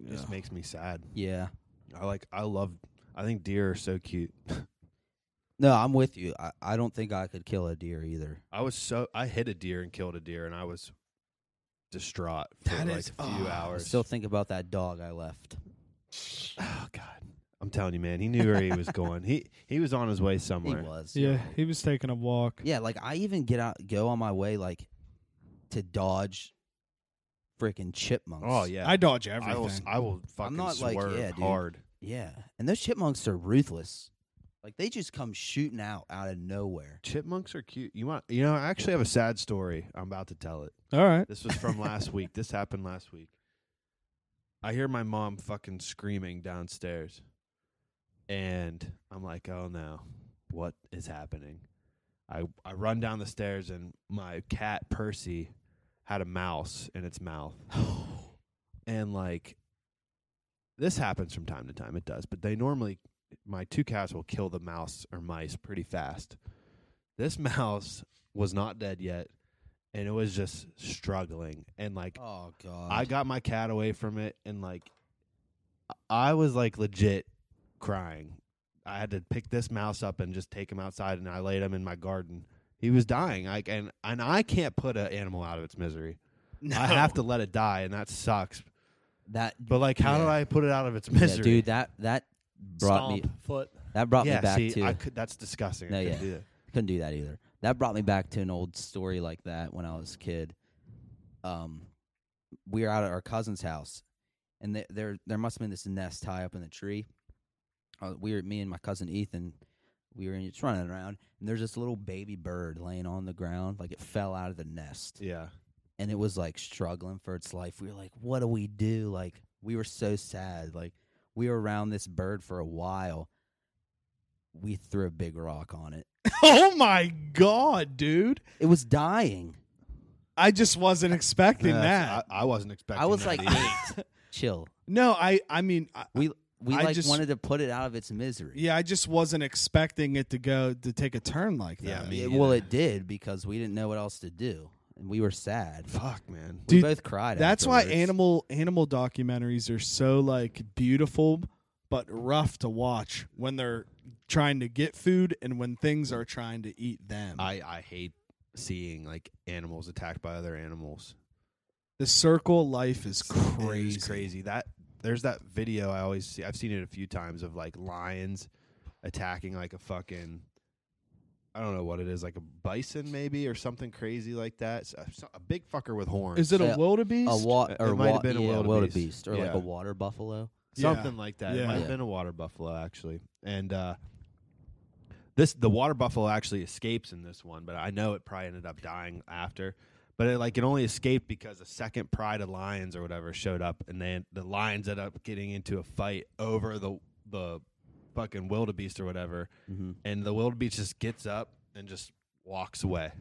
It Yeah. just makes me sad. yeah. I like I love I think deer are so cute. No, I'm with you. I, I don't think I could kill a deer either. I was so I hit a deer and killed a deer, and I was distraught for That like is- a few oh, I hours. still think about that dog I left. oh god, I'm telling you, man, he knew where he was going. he he was on his way somewhere. He was. he was taking a walk Yeah, like I even get out go on my way like to dodge freaking chipmunks. Oh yeah, i dodge I everything will. I will fucking not like, swerve yeah, dude. hard. Yeah. And those chipmunks are ruthless. Like they just come shooting out out of nowhere. Chipmunks are cute. You want? You know, I actually have a sad story. I'm about to tell it. all right This was from last week. This happened last week. I hear my mom fucking screaming downstairs. And I'm like, "Oh no. What is happening?" I I run down the stairs and my cat Percy had a mouse in its mouth. and like this happens from time to time. It does, but they normally my two cats will kill the mouse or mice pretty fast. This [LAUGHS] mouse was not dead yet and it was just struggling and like Oh god. i got my cat away from it and like i was like legit crying i had to pick this mouse up and just take him outside and i laid him in my garden he was dying like and and i can't put an animal out of its misery i have to let it die and that sucks that but like how do Yeah. i put it out of its yeah, [LAUGHS] misery dude, that that brought me Stomp, foot. that brought yeah me back see to i could that's disgusting No, I couldn't yeah. do that. couldn't do that either. That brought me back to an old story like that when I was a kid. Um, we were out at our cousin's house, and there there, there must have been this nest high up in the tree. Uh, we were me and my cousin Ethan, we were just running around, and there's this little baby bird laying on the ground, like it fell out of the nest, yeah and it was like struggling for its life. We were like, "What do we do?" Like we were so sad. Like we were around this bird for a while. We threw a big rock on it. [LAUGHS] oh my god dude It was dying. i just wasn't expecting that That's- I, I wasn't expecting I was that like, either. eight. chill. no i i mean I, We we I like just- wanted to put it out of its misery. Yeah, I just wasn't expecting it to go to take a turn like that. Yeah, I mean- Yeah, well, either. it did because we didn't know what else to do, and we were sad. fuck man We Dude, both cried. that's why afterwards. animal animal documentaries are so like beautiful but rough to watch when they're trying to get food and when things are trying to eat them. I, I hate seeing like animals attacked by other animals. the circle of life is It crazy. is crazy. That there's that video I always see. I've seen it a few times of like lions attacking like a fucking I don't know what it is, like a bison maybe or something crazy like that. S- uh, A, a big fucker with horns. Is it Yeah, a wildebeest? a wa- It or might have wa- been a yeah, wildebeest. wildebeest or like Yeah. a water buffalo. something like that. It Yeah. might Yeah. have been a water buffalo actually. And uh this the water buffalo actually escapes in this one, but I know it probably ended up dying after. But it like it only escaped because a second pride of lions or whatever showed up, and then the lions ended up getting into a fight over the the fucking wildebeest or whatever, Mhm. and the wildebeest just gets up and just walks away.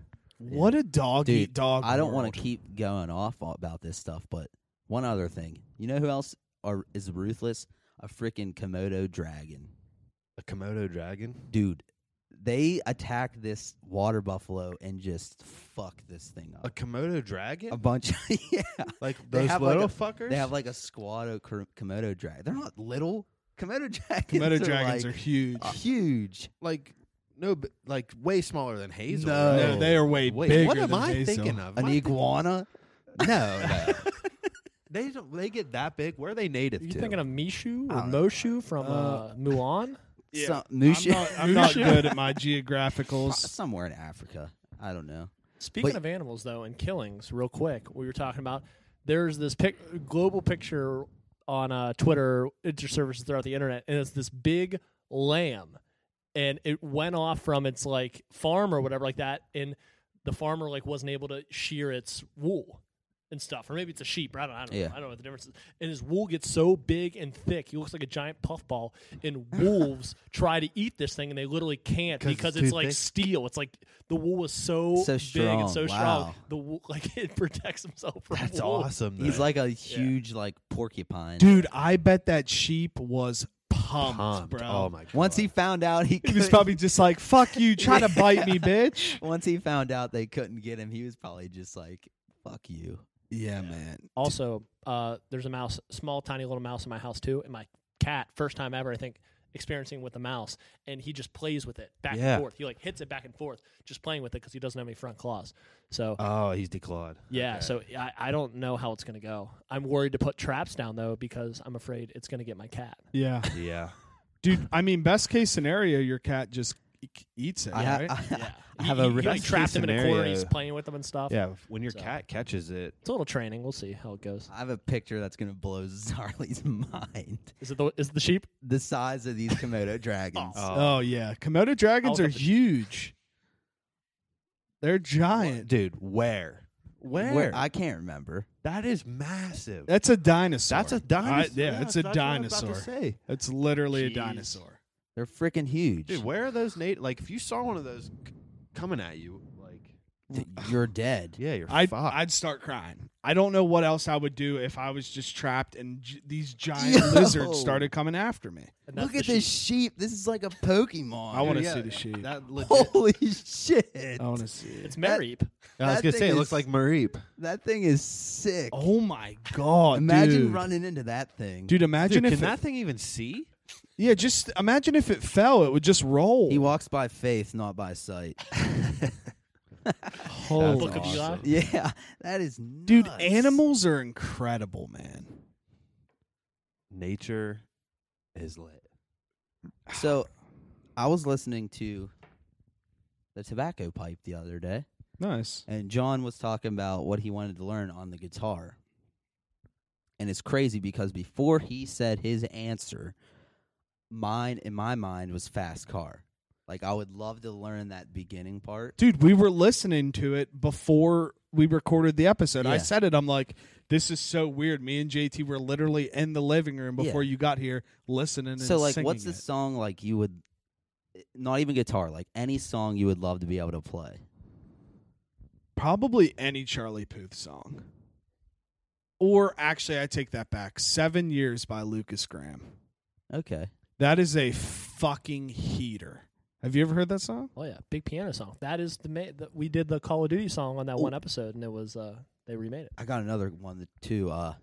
what a dog eat Dude, dog. I don't want want to keep going off a- about this stuff, but one other thing. You know who else are is ruthless? A freaking Komodo dragon, A Komodo dragon. dude. They attack this water buffalo and just fuck this thing up. A Komodo dragon? a bunch of [LAUGHS] yeah. like they those have like little a- fuckers? They have like a squad of Kor- Komodo dragon. They're not little. Komodo [LAUGHS] dragons. Komodo are dragons are like, uh, huge. huge. Like no, but like way smaller than Hazel. No. right? no, they are way Wait, bigger what am than I Hazel. thinking of? An Am I thinking- iguana. No, [LAUGHS] no. [LAUGHS] they don't. They get that big. Where are they native You to? thinking of Mishu I or don't know. Moshu from uh, Mulan? Yeah. Some, I'm Mushu- [LAUGHS] [LAUGHS] not, I'm not Mushu. good at my Pro- geographicals. somewhere in Africa. I don't know. Speaking Wait. of animals, though, and killings, real quick, we were talking about. There's this pic- global picture on uh, Twitter, it's your services throughout the internet, and it's this big lamb, and it went off from its like farm or whatever like that, and the farmer like wasn't able to shear its wool and stuff, or maybe it's a sheep. Or I don't, I don't Yeah. know. I don't know what the difference is. And his wool gets so big and thick, he looks like a giant puffball. [LAUGHS] And wolves try to eat this thing, and they literally can't 'Cause it's because too it's like thick? steel. It's like the wool is so So big strong. and so Wow. strong. The wo- [LAUGHS] like it protects himself from That's wolves. awesome. He's though. like a huge like porcupine. Dude, I bet that sheep was pumped, pumped. bro. Oh my god. Once he found out he [LAUGHS] He was couldn't- probably just like, "Fuck you, try to bite me, [LAUGHS] bitch." once he found out they couldn't get him, he was probably just like, "Fuck you." Yeah, man. Also, uh, there's a mouse, small, tiny little mouse in my house too, and my cat, first time ever, I think, experiencing with a mouse, and he just plays with it back Yeah. and forth. He like hits it back and forth, just playing with it because he doesn't have any front claws. So Oh, he's declawed. yeah, Okay. so I, I don't know how it's gonna go. I'm worried to put traps down though because I'm afraid it's gonna get my cat. Yeah, yeah. dude. I mean, best case scenario, your cat just e- eats it, I, ha- [LAUGHS] right? I ha- Yeah, I have a you, risk. like, trapped him in a corner. scenario. He's playing with him and stuff. Yeah. When your So- cat catches it, It's a little training. We'll see how it goes. I have a picture that's gonna blow [LAUGHS] Zarly's mind. Is it the is it the sheep? The size of these [LAUGHS] Komodo dragons. oh yeah, Komodo dragons I'll are have to- huge. They're giant. dude, where? Where? Where I can't remember. that is massive. That's a dinosaur. That's a dinosaur. I- yeah, it's a that's what I was about to dinosaur. say. It's literally Jeez. a dinosaur. They're freaking huge. Dude, where are those Nate? Like, if you saw one of those c- coming at you, like, Th- You're dead. yeah, you're I'd, fucked. I'd start crying. I don't know what else I would do if I was just trapped and j- these giant lizards Yo. started coming after me. And [LAUGHS] that's Look the at this sheep. This is like a Pokemon. I want [LAUGHS] to yeah. see the sheep. that [LAUGHS] legit. Holy shit! I want to see it. It's Mareep. I was that gonna thing say it is- looks like Mareep. That thing is sick. Oh my god! Imagine dude. running into that thing. dude. Imagine Dude, can if that it, thing even see? yeah, just imagine if it fell, it would just roll. He walks by faith, not by sight. Holy Book of shit. Eli. [LAUGHS] yeah, that is nuts. dude. Animals are incredible, man. Nature is lit. So, I was listening to the tobacco pipe the other day, Nice. and John was talking about what he wanted to learn on the guitar. And it's crazy because before he said his answer, mine in my mind was fast car. Like I would love to learn that beginning part. Dude, we were listening to it before we recorded the episode. I Yeah. said it. I'm like, this is so weird. Me and JT were literally in the living room Yeah. before you got here listening. So and like singing what's the it. song like you would eh, not even guitar, like any song you would love to be able to play? Probably any Charlie Puth song. Or actually, I take that back. Seven Years by Lucas Graham. Okay. That is a fucking heater. Have you ever heard that song? Oh yeah, big piano song. That is the, ma- the we did the Call of Duty song on that one episode, and it was uh they remade it. I got another one that too. Uh,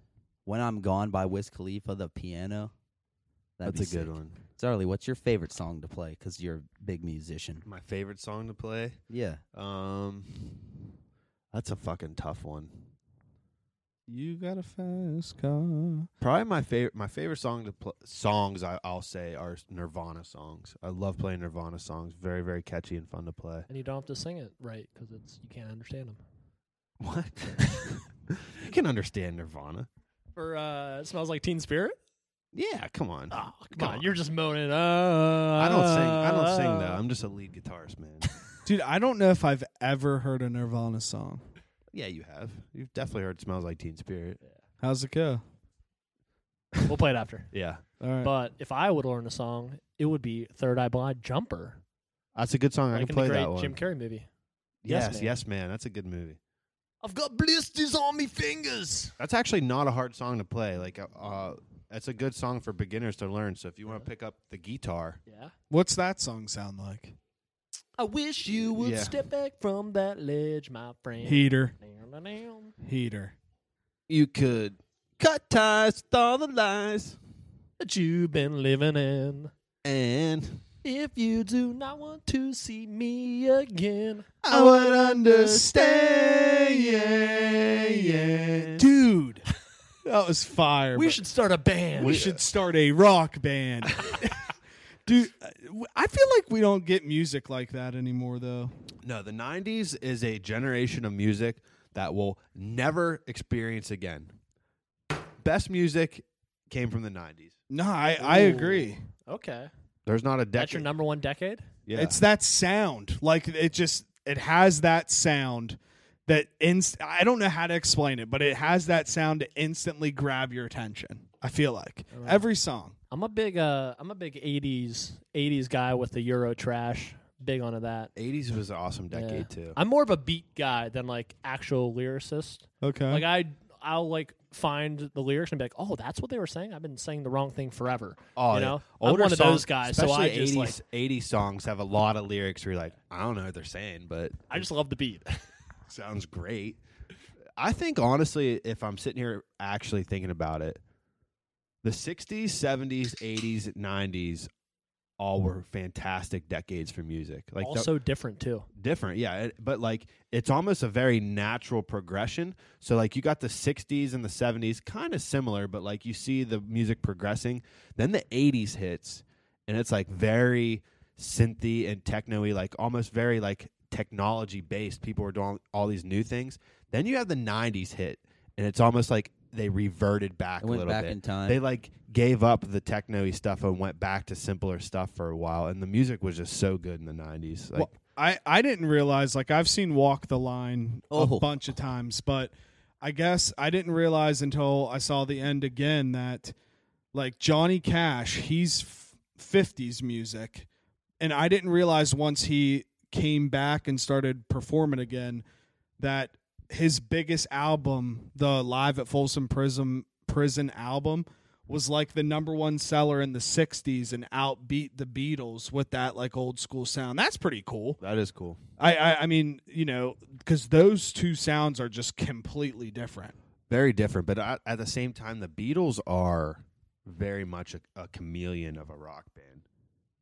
when I'm gone by Wiz Khalifa, the piano. That'd That's a be good sick. one. Charlie, what's your favorite song to play? Because you're a big musician. My favorite song to play. Yeah. Um, that's a fucking tough one. You got a fast car. Probably my favorite. My favorite song to pl- songs I, I'll say are Nirvana songs. I love playing Nirvana songs. Very very catchy and fun to play. And you don't have to sing it right because it's you can't understand them. What? [LAUGHS] you can understand Nirvana. Or uh, it smells like Teen Spirit. Yeah, come on. Oh come, Come on. on. you're just moaning. Uh, I I don't sing. I don't sing though. I'm just a lead guitarist, [LAUGHS] man. Dude, I don't know if I've ever heard a Nirvana song. yeah, you have. You've definitely heard "Smells Like Teen Spirit." How's it go? We'll play it after. Yeah, All right. But if I would learn a song, it would be Third Eye Blind Jumper, that's a good song. I like can in play the that great one. Jim Carrey movie. yes, Yes, yes man. Man. That's a good movie. I've got blisters on me fingers. That's actually not a hard song to play. Like, uh, uh, that's a good song for beginners to learn. So if you want to pick up the guitar, Yeah. What's that song sound like? I wish you would Yeah. step back from that ledge, my friend. Heater. Down-down-down. Heater. you could cut ties with all the lies. that you've been living in. And If you do not want to see me again, I would understand. Yeah, yeah. Dude, that was fire. we bro. should start a band. we should start a rock band. Dude, I feel like we don't get music like that anymore, though. No, the 90s is a generation of music that we'll never experience again. Best music came from the 90s. No, I, I Ooh. agree. Okay, There's not a decade. that's your number one decade. Yeah. It's that sound. Like it just it has that sound that inst- I don't know how to explain it, but it has that sound to instantly grab your attention. I feel like Alright. every song. I'm a big uh, I'm a big '80s '80s guy with the Euro trash. Big onto that. 80s was an awesome Yeah. decade, too. I'm more of a beat guy than like actual lyricist. Okay. Like I I'll like find the lyrics and be like, oh, that's what they were saying. I've been saying the wrong thing forever. Oh, you yeah. know, Older I'm one of songs, those guys. So I especially just 80s, like 80s songs have a lot of lyrics where you're like, I don't know what they're saying, but I just love the beat. sounds great. I think honestly, if I'm sitting here actually thinking about it, the '60s, '70s, '80s, '90s all were fantastic decades for music. Like the- also different too. different, yeah. it- but like it's almost a very natural progression. So like you got the '60s and the '70s, kind of similar, but like you see the music progressing. Then the '80s hits, and it's like very synthy and techno-y, like almost very like technology based. People were doing all these new things. Then you have the '90s hit, and it's almost like they reverted back I a went little back bit. in time. They like gave up the techno-y stuff and went back to simpler stuff for a while, and the music was just so good in the '90s. Like, Well, I I didn't realize like I've seen Walk the Line Oh. a bunch of times, but I guess I didn't realize until I saw the end again that like Johnny Cash, he's f- 50s music and I didn't realize once he came back and started performing again that his biggest album, the Live at Folsom Prison Prison album, was like the number one seller in the '60s and outbeat the Beatles with that like old school sound. That's pretty cool. that is cool. I I, I mean, you know, because those two sounds are just completely different. very different but at, at the same time the beatles are very much a, a chameleon of a rock band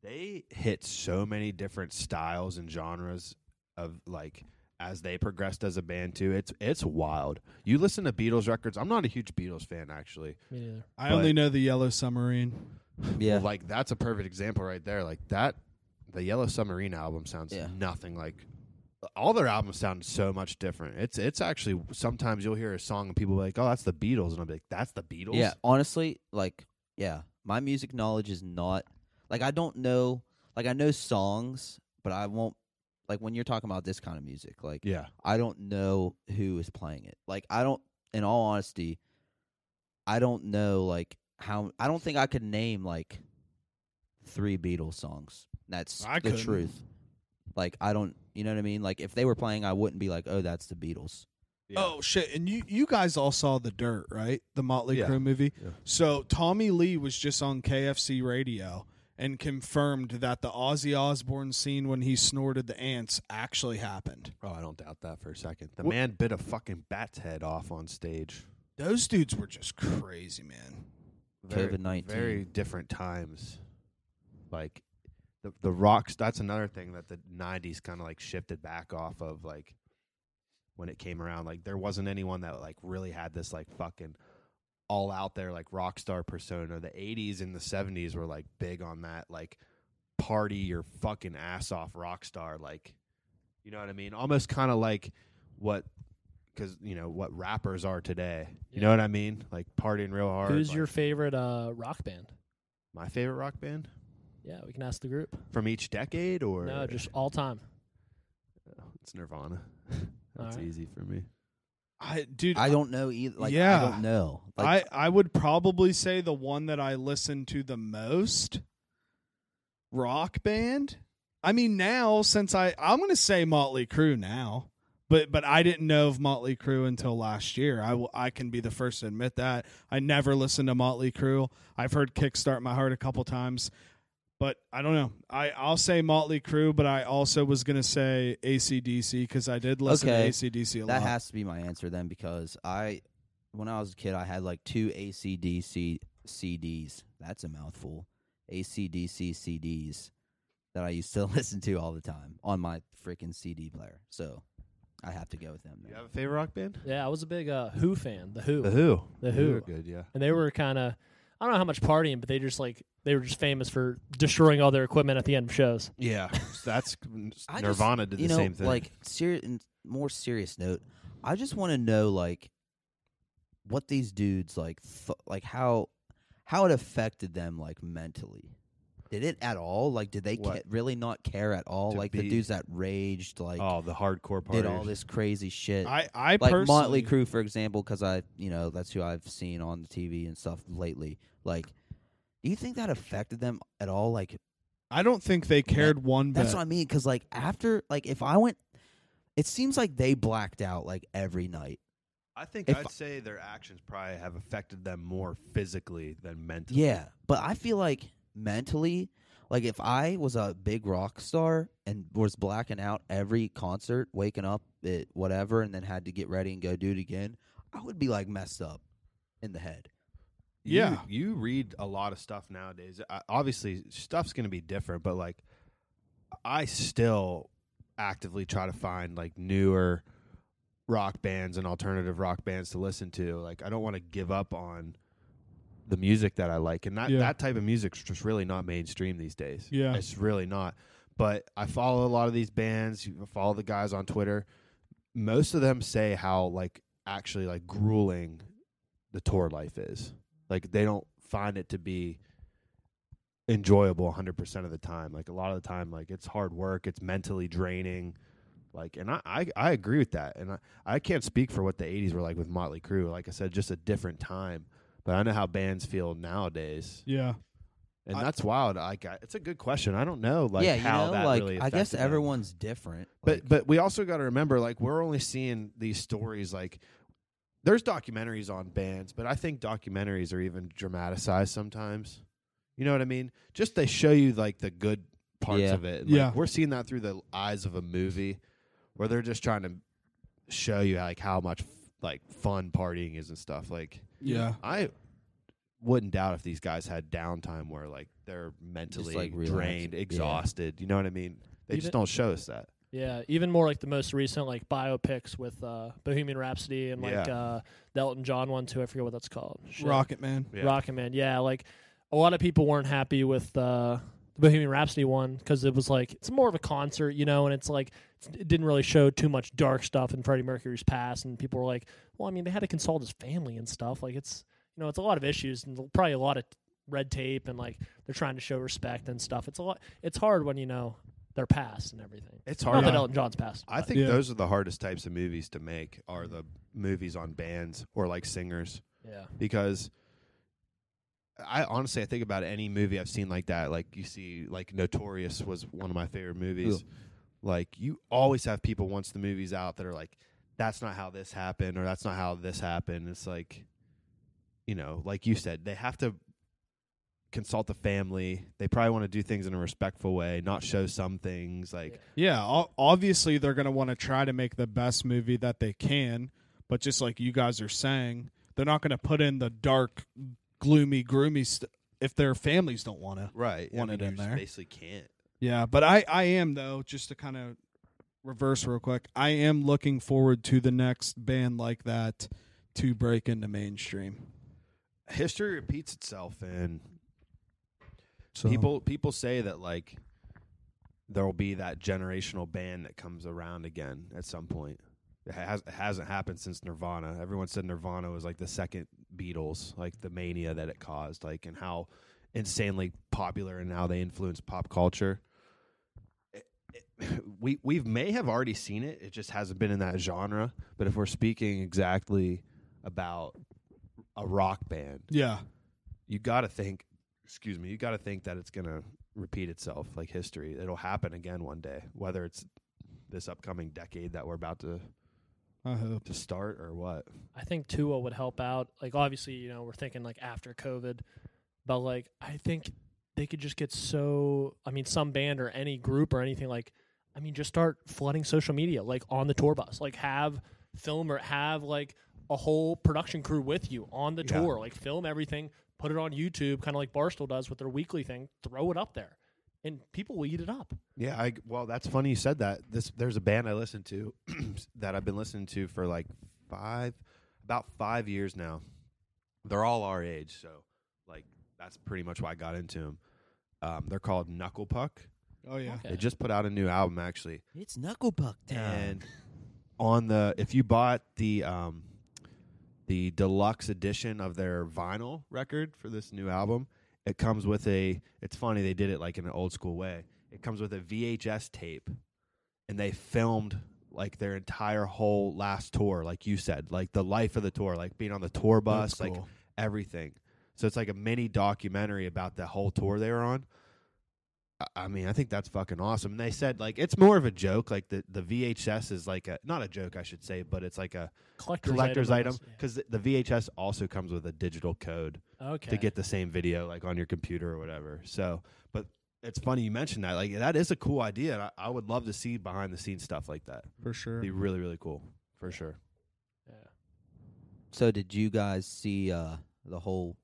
they hit so many different styles and genres of like as they progressed as a band too it's it's wild you listen to beatles records i'm not a huge beatles fan actually Me neither. I But- only know the Yellow Submarine. yeah. Well, like that's a perfect example right there like that the yellow submarine album sounds Yeah. nothing like all their albums sound so much different it's it's actually sometimes you'll hear a song and people will be like oh that's the beatles and i'll be like that's the beatles Yeah, honestly, like yeah, my music knowledge is not like I don't know like I know songs, but I won't like when you're talking about this kind of music, like Yeah. I don't know who is playing it. Like I don't in all honesty, I don't know like how I don't think I could name like three Beatles songs. That's I the couldn't. truth. Like I don't you know what I mean? Like if they were playing I wouldn't be like, "Oh, that's the Beatles." Oh shit! And you you guys all saw the Dirt, right? The Motley Yeah. Crue movie. Yeah. So Tommy Lee was just on KFC radio and confirmed that the Ozzy Osbourne scene when he snorted the ants actually happened. Oh, I don't doubt that for a second. The Wh- man bit a fucking bat's head off on stage. Those dudes were just crazy, man. COVID-19. Very different times. Like the the rocks. That's another thing that the '90s kind of like shifted back off of. Like when it came around, like there wasn't anyone that like really had this like fucking all out there like rock star persona. The '80s and the '70s were like big on that like party your fucking ass off rock star. Like you know what I mean? Almost kind of like what. Because you know what rappers are today, you know what I mean, like partying real hard. Who's like- your favorite uh, rock band? my favorite rock band Yeah, we can ask the group. from each decade, or No, just all time. [LAUGHS] [LAUGHS] it's Nirvana. That's Alright. easy for me. I dude, I don't know either. Like I Yeah. don't know. Like I I would probably say the one that I listen to the most rock band. I mean now since I I'm going to say Motley Crue now. But but I didn't know of Motley Crue until last year. I will- I can be the first to admit that. I never listened to Motley Crue. I've heard Kickstart My Heart a couple times. But I don't know. I, I'll say Motley Crue, but I also was going to say ACDC because I did listen Okay. to ACDC a That lot. has to be my answer then because I, when I was a kid, I had like two ACDC CDs. That's a mouthful. ACDC CDs that I used to [LAUGHS] listen to all the time on my freaking CD player. So I have to go with them. You there. have a favorite rock band? Yeah, I was a big uh, Who fan. The Who. The Who. The Who. are good, yeah. and they were kind of I don't know how much partying, but they just like they were just famous for destroying all their equipment at the end of shows. [LAUGHS] Yeah, that's [LAUGHS] I just- Nirvana did the you know, same thing. Like serious, more serious note. I just want to know like what these dudes like, th- like how how it affected them like mentally. Did it at all? Like, did they What? ca- really not care at all? To like be- the dudes that raged, like oh, the hardcore part. did all this crazy shit. I I like personally Motley Crue, for example, because I, you know, that's who I've seen on the TV and stuff lately. Like, do you think that affected them at all? Like, I don't think they cared one bit. that's what I mean. Because like after, like if I went, it seems like they blacked out like every night. I think If- I'd say their actions probably have affected them more physically than mentally. Yeah, but I feel like mentally, like if I was a big rock star and was blacking out every concert, waking up at whatever, and then had to get ready and go do it again, I would be like messed up in the head. You- Yeah. you, read a lot of stuff nowadays. I, obviously, stuff's going to be different, but like, I still actively try to find like newer rock bands and alternative rock bands to listen to. Like, I don't want to give up on the music that I like, and that Yeah. that type of music's just really not mainstream these days. Yeah. it's really not. But I follow a lot of these bands. You follow the guys on Twitter. Most of them say how like actually like grueling the tour life is. Like they don't find it to be enjoyable 100% of the time. Like a lot of the time like it's hard work, it's mentally draining. Like and I I, I agree with that. And I, I can't speak for what the 80s were like with Motley Crue. Like I said just a different time. But I know how bands feel nowadays. yeah. And I- that's wild. Like I- it's a good question. I don't know like yeah, you how know, that like really I guess affected them. everyone's different. like- But but we also got to remember, like we're only seeing these stories. Like there's documentaries on bands, but I think documentaries are even dramatized sometimes. You know what I mean? Just they show you like the good parts Yeah. of it. And, like, Yeah. we're seeing that through the eyes of a movie, where they're just trying to show you like how much like fun partying is and stuff. Like Yeah. I wouldn't doubt if these guys had downtime where like they're mentally like, relax. drained, Yeah. exhausted. You know what I mean? They Even- just don't show us that. Yeah, even more like the most recent like biopics with uh, Bohemian Rhapsody and like Yeah. uh, the Elton John one too. I forget what that's called. Shit. Rocket Man. Yeah. Rocket Man. Yeah, like a lot of people weren't happy with uh, the Bohemian Rhapsody one because it was like it's more of a concert, you know, and it's like it's, it didn't really show too much dark stuff in Freddie Mercury's past, and people were like, well, I mean, they had to consult his family and stuff. Like it's you know, it's a lot of issues and probably a lot of red tape, and like they're trying to show respect and stuff. It's a lot. It's hard when you know their past and everything. It's Not hard. that to- Elton John's past. I but- think Yeah. those are the hardest types of movies to make are the movies on bands or like singers yeah. because I honestly I think about any movie I've seen like that like you see like Notorious was one of my favorite movies. Like you always have people once the movie's out that are like that's not how this happened or that's not how this happened. It's like you know, like you said, they have to consult the family. They probably want to do things in a respectful way, not show some things like Yeah, o- obviously they're going to want to try to make the best movie that they can, but just like you guys are saying, they're not going to put in the dark, gloomy, groomy st- if their families don't want to. right want it you in just there. basically can't Yeah, but I I am though just to kind of reverse real quick. I am looking forward to the next band like that to break into mainstream. history repeats itself and So people people say that like there will be that generational band that comes around again at some point it, has, it hasn't happened since nirvana everyone said nirvana was like the second beatles like the mania that it caused like and how insanely popular and how they influenced pop culture It- it- [LAUGHS] we we may have already seen it it just hasn't been in that genre but if we're speaking exactly about a rock band Yeah. you got to think, excuse me, you got to think that it's going to repeat itself like history. It'll happen again one day, whether it's this upcoming decade that we're about to, I hope. to start or what. I think Tua would help out. Like obviously, you know, we're thinking like after COVID, but like I think they could just get so I mean, some band or any group or anything like I mean, just start flooding social media, like on the tour bus. Like have film or have like a whole production crew with you on the Yeah. tour. Like film everything, put it on YouTube, kind of like Barstool does with their weekly thing. Throw it up there, and people will eat it up. Yeah, I well, that's funny you said that. This there's a band I listen to [CLEARS THROAT] that I've been listening to for like five about 5 years now. They're all our age, so like that's pretty much why I got into them. Um, they're called Knuckle Puck. Oh yeah. They just put out a new album actually. It's Knucklepuck And on the if you bought the um the deluxe edition of their vinyl record for this new album, it comes with a it's funny they did it like in an old school way. It comes with a VHS tape and they filmed like their entire whole last tour like you said, like the life of the tour, like being on the tour bus, That's like cool. everything. So it's like a mini documentary about the whole tour they were on. I- I mean, I think that's fucking awesome. And they said like it's more of a joke, like the the VHS is like a not a joke, I should say, but it's like a Collector's, collector's item. item because the VHS also comes with a digital code Yeah. Okay. to get the same video like on your computer or whatever. So, but it's funny you mentioned that. Like that is a cool idea. And I, I would love to see behind the scenes stuff like that. For sure. It'd be really really cool for sure. Yeah. So did you guys see uh, the whole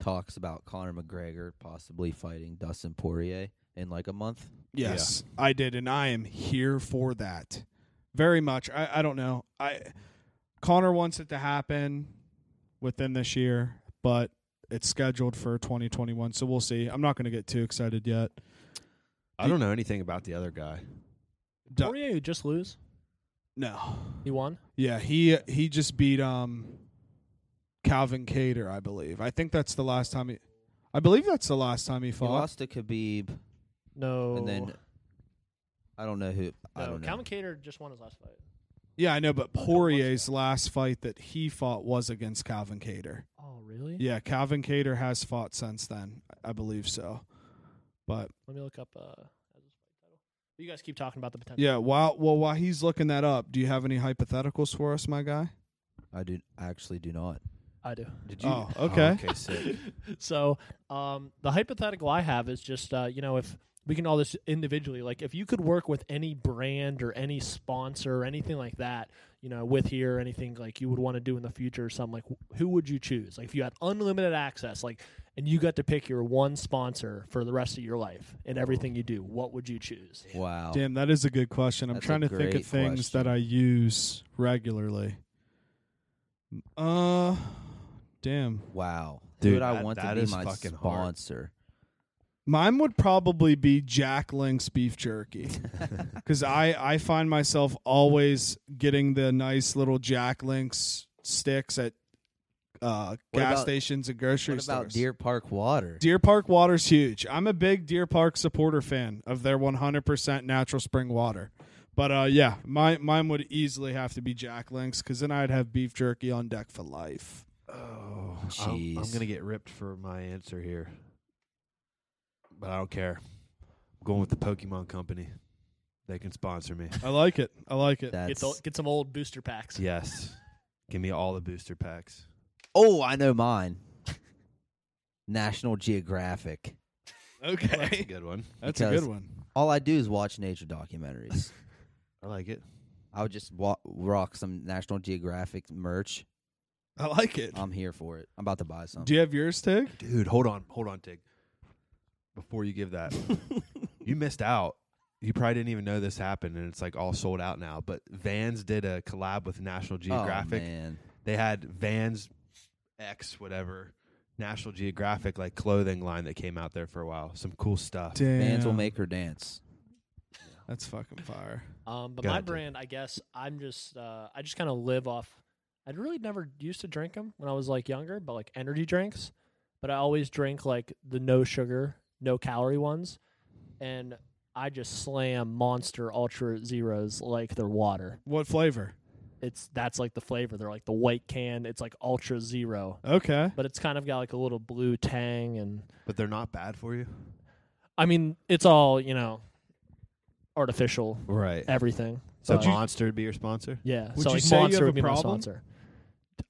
talks about Conor McGregor possibly fighting Dustin Poirier in like a month? Yes, I did, and I am here for that. Very much. I, I don't know. I Connor wants it to happen within this year, but it's scheduled for 2021, so we'll see. I'm not going to get too excited yet. I don't know anything about the other guy. Du- Poirier who just lose. No. He won. Yeah, he he just beat um Calvin Cater, I believe. I think that's the last time he. I believe that's the last time he He fought. lost to Khabib, No. and Oh. then I don't know who. I no, don't know. Calvin Cater just won his last fight. Yeah, I know, but couple months Poirier's last fight that he fought was against Calvin Cater. Oh really? Yeah, Calvin Cater has fought since then. I believe so. But Let me look up. Uh, you guys keep talking about the potential. yeah, while well while he's looking that up, do you have any hypotheticals for us, my guy? I do I actually do not. I do. Did Oh, okay. okay, sick. so um, the hypothetical I have is just uh, you know if we can all this individually like if you could work with any brand or any sponsor or anything like that you know with here or anything like you would want to do in the future or something like wh- who would you choose like if you had unlimited access like and you got to pick your one sponsor for the rest of your life and everything you do what would you choose [LAUGHS] Wow. Damn, that is a good question. Oh. I'm That's a trying to think great of things question. that I use regularly. Uh damn. Wow. Dude, who would I that- want to that be is my fucking hard. [LAUGHS] sponsor? [LAUGHS] Mine would probably be Jack Link's beef jerky. [LAUGHS] Cuz I I find myself always getting the nice little Jack Link's sticks at uh, What gas about- stations and grocery What stores. about Deer Park Water? Deer Park water's huge. I'm a big Deer Park supporter fan of their 100% natural spring water. But uh, yeah, my, mine would easily have to be Jack Link's because then I'd have beef jerky on deck for life. Oh, I'm, I'm Jeez. gonna get ripped for my answer here, but I don't care. I'm going with the Pokemon Company. They can sponsor [LAUGHS] me. I like it. I like it. get, That's the, get some old booster packs yes, give me all the booster packs. oh, I know mine. [LAUGHS] National Geographic. [LAUGHS] That's a Okay. good one. [LAUGHS] That's a Because- good one. All I do is watch nature documentaries. I like it. I would just wa- rock some National Geographic merch. I like it. I'm here for it. I'm about to buy some. Do you have [LAUGHS] yours, Tig? Dude, hold on, hold on, Tig. Before you give [LAUGHS] that, you missed out. You probably didn't even know this happened, and it's like all sold out now. But Vans did a collab with National Geographic. Oh, man. they had Vans X whatever National Geographic like clothing line that came out there for a while. Some cool stuff. Damn. Fans will make her dance. That's fucking fire. Um, but Go my ahead, Jake. brand, I guess, I'm just uh, I just kind of live off. I really never used to drink them when I was like younger, but like energy drinks. But I always drink like the no sugar, no calorie ones, and I just slam Monster Ultra Zeros like they're water. What flavor? It's that's like the flavor. They're like the white can. It's like Ultra Zero, Okay. but it's kind of got like a little blue tang, and But they're not bad for you. I mean, it's all you know, artificial Right. everything. So but- Monster would be your sponsor? Yeah. Would so you like say you Monster have a would be my problem? sponsor.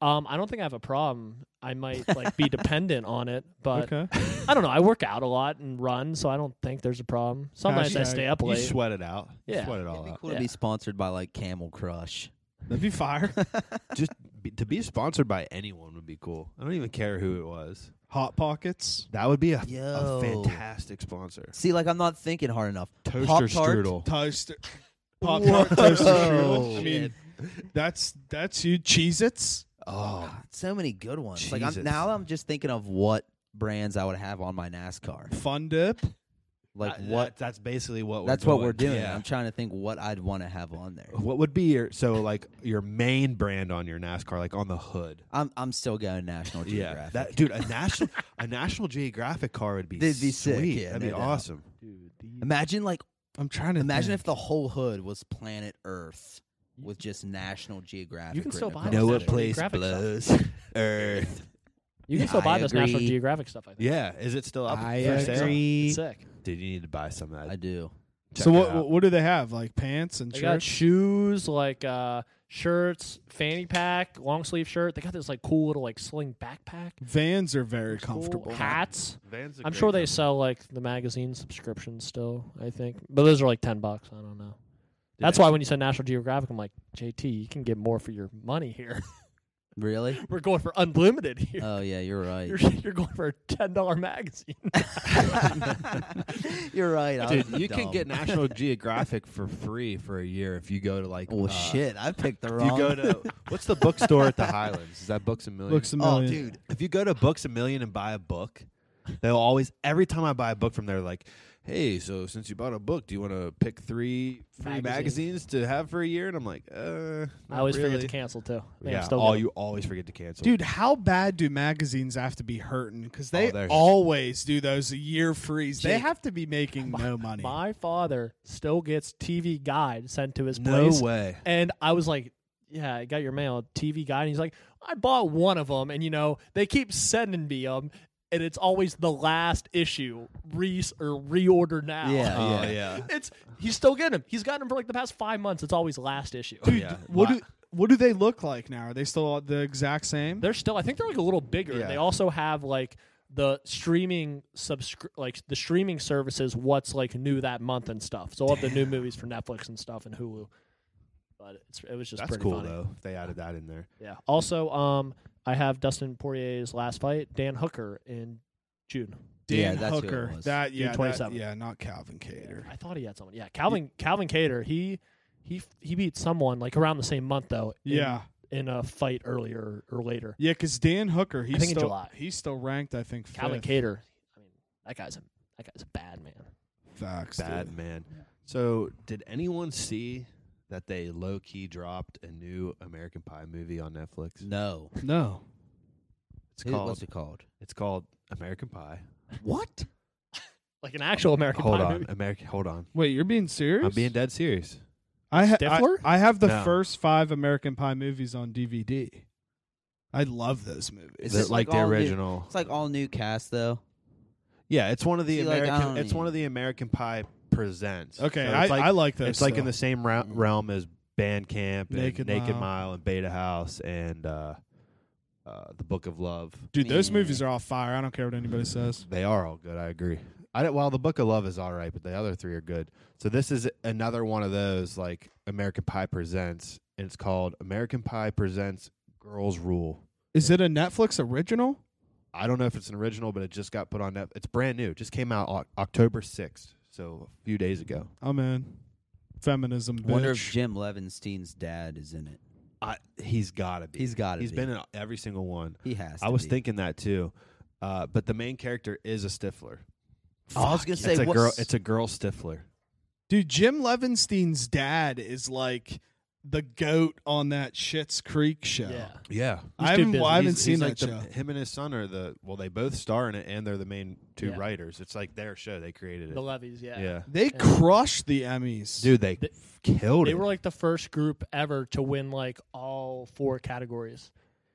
Um, I don't think I have a problem. I might like be dependent on it, but okay. I don't know. I work out a lot and run, so I don't think there's a problem. Sometimes I Hashtag stay up You late. sweat it out. Yeah. Sweat it all It'd be out. cool to Yeah. be sponsored by like Camel Crush. [LAUGHS] That'd be fire. Just be, to be sponsored by anyone would be cool. I don't even care who it was. Hot Pockets. That would be a, a Yo. fantastic sponsor. See, like I'm not thinking hard enough. Toaster Pop-Tart. strudel. Toaster. Pop Tart toaster Oh, [LAUGHS] strudel. I mean, that's that's huge. Cheez Its. Oh, God, so many good ones. Like I'm, Jesus. now, I'm just thinking of what brands I would have on my NASCAR. Fun Dip. Like that- what? that- that's basically what. We're that's doing. what we're doing. Yeah. I'm trying to think what I'd want to have on there. What would be your so like your main brand on your NASCAR, like on the hood? I'm I'm still going National Yeah, Geographic. that dude, a national a National Geographic car would be That'd be sick, sweet. yeah, That'd no be doubt. awesome. imagine like I'm trying to imagine think. if the whole hood was Planet Earth with just National Geographic. can still written buy across Noah it. National Play- Geographic stuff. [LAUGHS] Earth. You can still I buy this National agree. Geographic stuff. I think. Yeah, is it still up I for sale? agree. It's sick. Dude, you need to buy some of I that. do. Check so it what out. what do they have? Like pants and They got shirts. shoes, like uh, shirts, fanny pack, long sleeve shirt. They got this like cool little like sling backpack. Vans are very Cool comfortable. hats. Van's a I'm great sure they company. sell like the magazine subscriptions still. I think, but those are like ten bucks. I don't know. Did That's they- why when you said National Geographic, I'm like, JT, you can get more for your money here. [LAUGHS] Really? [LAUGHS] We're going for unlimited [LAUGHS] Uh, here. Oh yeah, you're right. you're, [LAUGHS] you're going for a ten dollar [LAUGHS] magazine. [LAUGHS] you're right. I was [LAUGHS] Dude, you can dumb. [LAUGHS] get National Geographic for free for a year if you go to like. Well, uh, shit, I picked the if wrong. [LAUGHS] [LAUGHS] You go to what's the bookstore at the Highlands? Is that Books a Million? Looks a oh, million. dude, if you go to Books a Million and buy a book, they'll always every time I buy a book from there, like, hey, so since you bought a book, do you want to pick three free magazines Magazines. to have for a year? And I'm like, uh, I always really. forget to cancel too. I think I'm Yeah, still all getting- you always forget to cancel, Dude, how bad do magazines have to be hurting? Because they Oh, they're- always do those year freeze. They Jake, have to be making no money. My father still gets TV Guide sent to his No place. [LAUGHS] way. And I was like, yeah, I got your mail, TV Guide. And he's like, I bought one of them. And, you know, they keep sending me them. And it's always the last issue, re- or reorder now. Yeah. Oh yeah. [LAUGHS] It's he's still getting them. He's gotten them for like the past five months. It's always last issue. Dude, Yeah. what Wha- do what do they look like now? Are they still the exact same? They're still. I think they're like a little bigger. Yeah. They also have like the streaming subscri- like the streaming services. What's like new that month and stuff. So all the new movies for Netflix and stuff and Hulu. But it's, it was just That's pretty cool funny. though. if They added that in there. Yeah. Also, um, I have Dustin Poirier's last fight, Dan Hooker in June. Dan Yeah, that's who it Hooker. was. That yeah, that- 27. yeah, not Calvin Cater. I thought he had someone. Yeah, Calvin Calvin Cater. He he he beat someone like around the same month though. in- Yeah, In a fight earlier or later, yeah, because Dan Hooker, he's think in still July. he's still ranked. I think Calvin fifth. Cater. I mean, that guy's a that guy's a bad man. Facts, Bad dude. man. So, did anyone see that they low key dropped a new American Pie movie on Netflix? no. No, It's Who- what's called. it called? It's called American Pie. What? Like an actual American hold Pie on, movie. American. Hold on. wait, you're being serious? I'm being dead serious. I, ha- Stifler? I I have the No. first five American Pie movies on DVD. I love those movies. Is The- this like, like the all new- original? It's like all new cast though. yeah, it's one of the See, like, I American. don't it's one of the American Pie presents. Okay, So I, it's like, I like those. it's like in though. the same ra- Mm. realm as Bandcamp, and Naked Naked, Mile. Mile. and Beta House, and uh, uh, the Book of Love. dude. Those Yeah. movies are all fire. I don't care what anybody says. They are all good. I agree. I don't, well, the Book of Love is all right, but the other three are good. So this is another one of those like American Pie presents, and it's called American Pie presents Girls Rule. Is it a Netflix original? I don't know if it's an original, but it just got put on Netflix. It's brand new. It just came out Oc- October 6th, so a few days ago. I'm in. Feminism, bitch. Wonder if Jim Levinstein's dad is in it. I, he's got to be. He's got it. He's been in every single one. He has. I to was be. thinking that too. Uh, but the main character is a Stifler. Oh, I was gonna say it's a what? girl. It's a girl Stifler. Dude, Jim Levinstein's dad is like the goat on that Shit's Creek show. Yeah. Yeah, I He's too haven't, busy. well, I haven't He's- seen he's that like the- show. Him and his son are the well. They both star in it, and they're the main two Yeah. writers. It's like their show. They created it. The levies. Yeah. yeah, They crushed the Emmys. dude, they, They- killed They it. were like the first group ever to win like all four categories.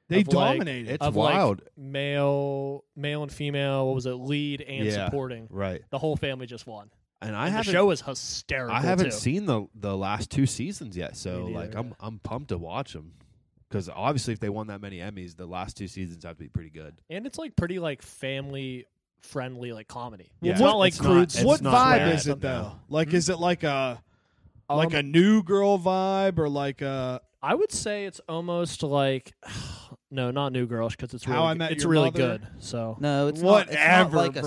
they of, like, dominated. it's of wild, like male, male and female. What was it? Lead and Yeah. supporting. right? The whole family just won. And I And the haven't. show is hysterical. I haven't too. seen the the last two seasons yet, so Me neither, like yeah. I'm I'm pumped to watch them because obviously if they won that many Emmys, the last two seasons have to be pretty good. And it's like pretty like family friendly like comedy. Yeah. It's What- not like it's crude. not- it's what not vibe bad. is it though? No. Like, is it like a Um, like a new girl vibe or like a I would say it's almost like [SIGHS] No, not New Girls because it's really How I good- Met it's Your really Mother? good. So, No, it's Whatever, not, it's not bro. like a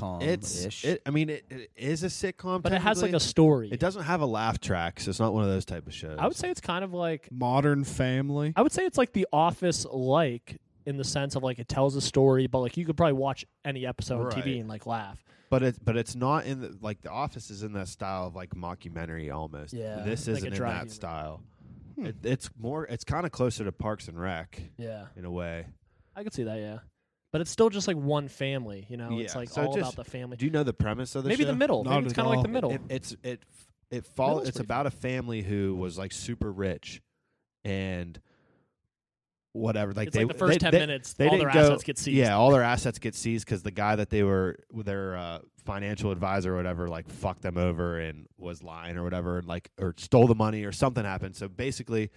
sitcom. It's. Um, ish. It, I mean, it, it is a sitcom, but it has like technically. a story. It doesn't have a laugh track, so it's not one of those type of shows. I would say it's kind of like Modern Family. I would say it's like The Office, like in the sense of like it tells a story, but like you could probably watch any episode on Right. TV and like laugh. but it's but it's not in the, like The Office is in that style of like mockumentary almost. Yeah, this like a isn't in dry that humor. style. It, it's more. It's kind of closer to Parks and Rec Yeah, in a way. I could see that. Yeah, but it's still just like one family. You know, it's Yeah, like so all just- about the family. Do you know the premise of the Maybe show? the middle. Not Maybe it's at kind of like all. the middle. It, it's it it follows. Middle's It's pretty about a family who was like super rich, and whatever. Like it's they like the first they- ten they- minutes, they all their didn't go- assets get seized. Yeah, all their assets get seized because the guy that they were their uh, financial advisor or whatever like fucked them over and was lying or whatever, and like or stole the money or something happened. So basically,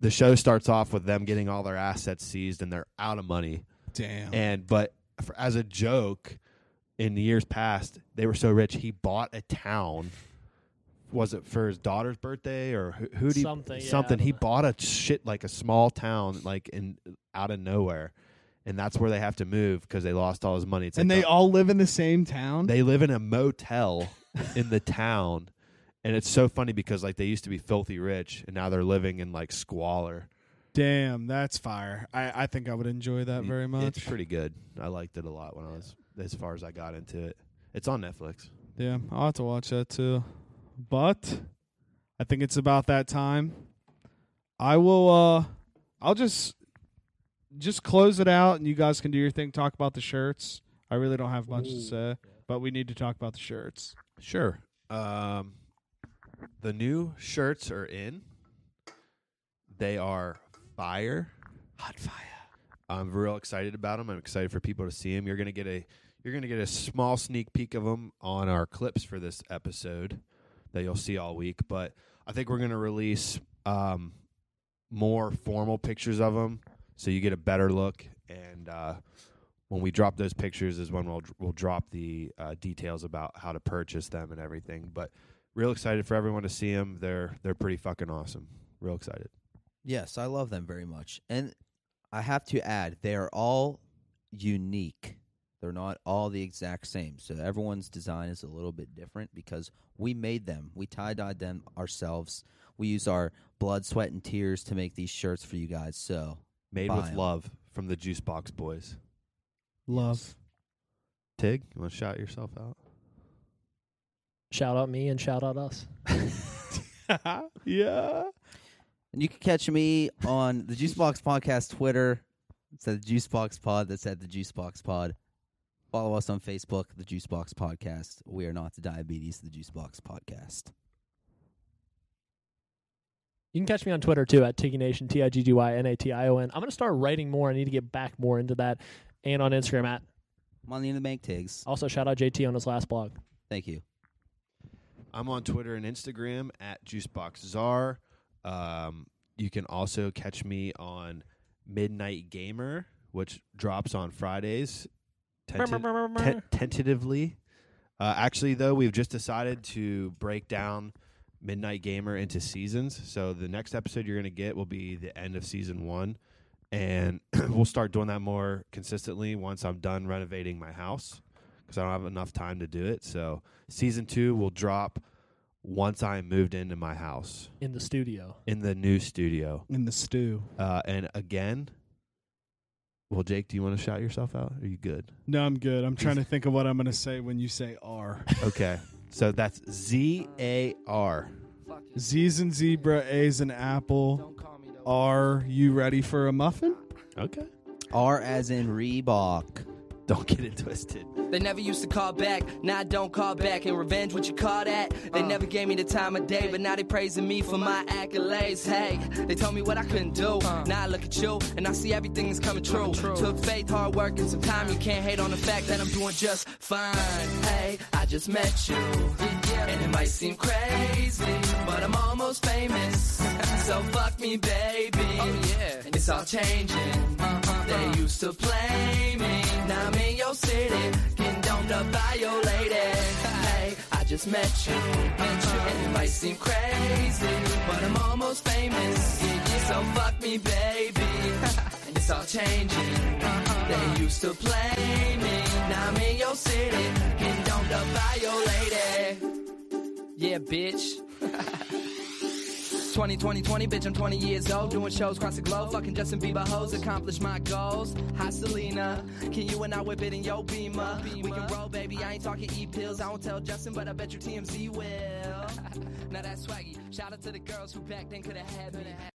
the show starts off with them getting all their assets seized and they're out of money. Damn. And but for, as a joke, in the years past, they were so rich he bought a town. Was it for his daughter's birthday or who? who'd he- Something, yeah, I something. don't he know. bought a shit like a small town like in out of nowhere, and that's where they have to move because they lost all his money. It's and like they the- all live in the same town. they live in a motel in the town, and it's so funny because like they used to be filthy rich and now they're living in like squalor. Damn, that's fire. I, I think I would enjoy that very much. It's pretty good. I liked it a lot when I was as far as I got into it. It's on Netflix. yeah, I'll have to watch that too. But I think it's about that time. I will uh I'll just just close it out and you guys can do your thing, talk about the shirts. I really don't have much to say, but we need to talk about the shirts. Sure. Um, the new shirts are in. They are fire. Hot fire. I'm real excited about them. I'm excited for people to see them. You're gonna get a you're gonna get a small sneak peek of them on our clips for this episode that you'll see all week. But I think we're gonna release um, more formal pictures of them so you get a better look. And uh, when we drop those pictures is when we'll we'll drop the uh, details about how to purchase them and everything. But real excited for everyone to see them. They're they're pretty fucking awesome. Real excited. Yes, I love them very much. And I have to add, they are all unique. They're not all the exact same. So everyone's design is a little bit different because we made them. We tie dyed them ourselves. We use our blood, sweat, and tears to make these shirts for you guys. So Made Buy with 'em. love from the Juice Box Boys. Love. Tig, you want to shout yourself out? Shout out me and shout out us. [LAUGHS] yeah. And you can catch me on the Juicebox Podcast Twitter. It's at the Juicebox Pod. That's at the Juicebox Pod. Follow us on Facebook, the Juicebox Podcast. We are not the diabetes, the Juicebox Podcast. You can catch me on Twitter too at Tiggy Nation, T I G G Y N A T I O N. I'm going to start writing more. I need to get back more into that. And on Instagram at Money in the bank, Tigs. also shout out JT on his last blog. Thank you. I'm on Twitter and Instagram at JuiceBoxZar. Um, you can also catch me on Midnight Gamer, which drops on Fridays. Tenta- te- tentatively. Uh, actually, though, we've just decided to break down Midnight Gamer into seasons. So the next episode you're going to get will be the end of season one. And [CLEARS THROAT] we'll start doing that more consistently once I'm done renovating my house because I don't have enough time to do it. So season two will drop once I moved into my house in the studio. in the new studio. In the stew. Uh, and again, well, Jake, do you want to shout yourself out? Are you good? No, I'm good. I'm trying to think of what I'm gonna say when you say R. Okay. So that's Z A R. Z's and zebra, A's and apple. Are you ready for a muffin? Okay. R as in Reebok. Don't get it twisted. They never used to call back, now I don't call back. In revenge, what you call that? They never gave me the time of day, but now they praising me for my accolades. Hey, they told me what I couldn't do. Now I look at you, and I see everything is Uh. coming true. Took faith, hard work, and some time. You can't hate on the fact that I'm doing just fine. Hey, I just met you, and it might seem crazy, but I'm almost famous. [LAUGHS] so fuck me, baby. It's all changing. They used to play me. Now I'm in your city, getting domed up by your lady. Hey, I just met you. And it might seem crazy, but I'm almost famous. So fuck me, baby. [LAUGHS] It's it's all changing. They used to play me, now I'm in your city, getting dumped up by your lady. Yeah, bitch. 20, 20, 20, bitch, I'm 20 years old. Doing shows across the globe. Fucking Justin Bieber hoes. Accomplish my goals. Hi, Selena. Can you and I whip it in your beamer? We can roll, baby. I ain't talking E pills. I won't tell Justin, but I bet [LAUGHS] you TMZ will. now that's swaggy. Shout out to the girls who back then could have had me.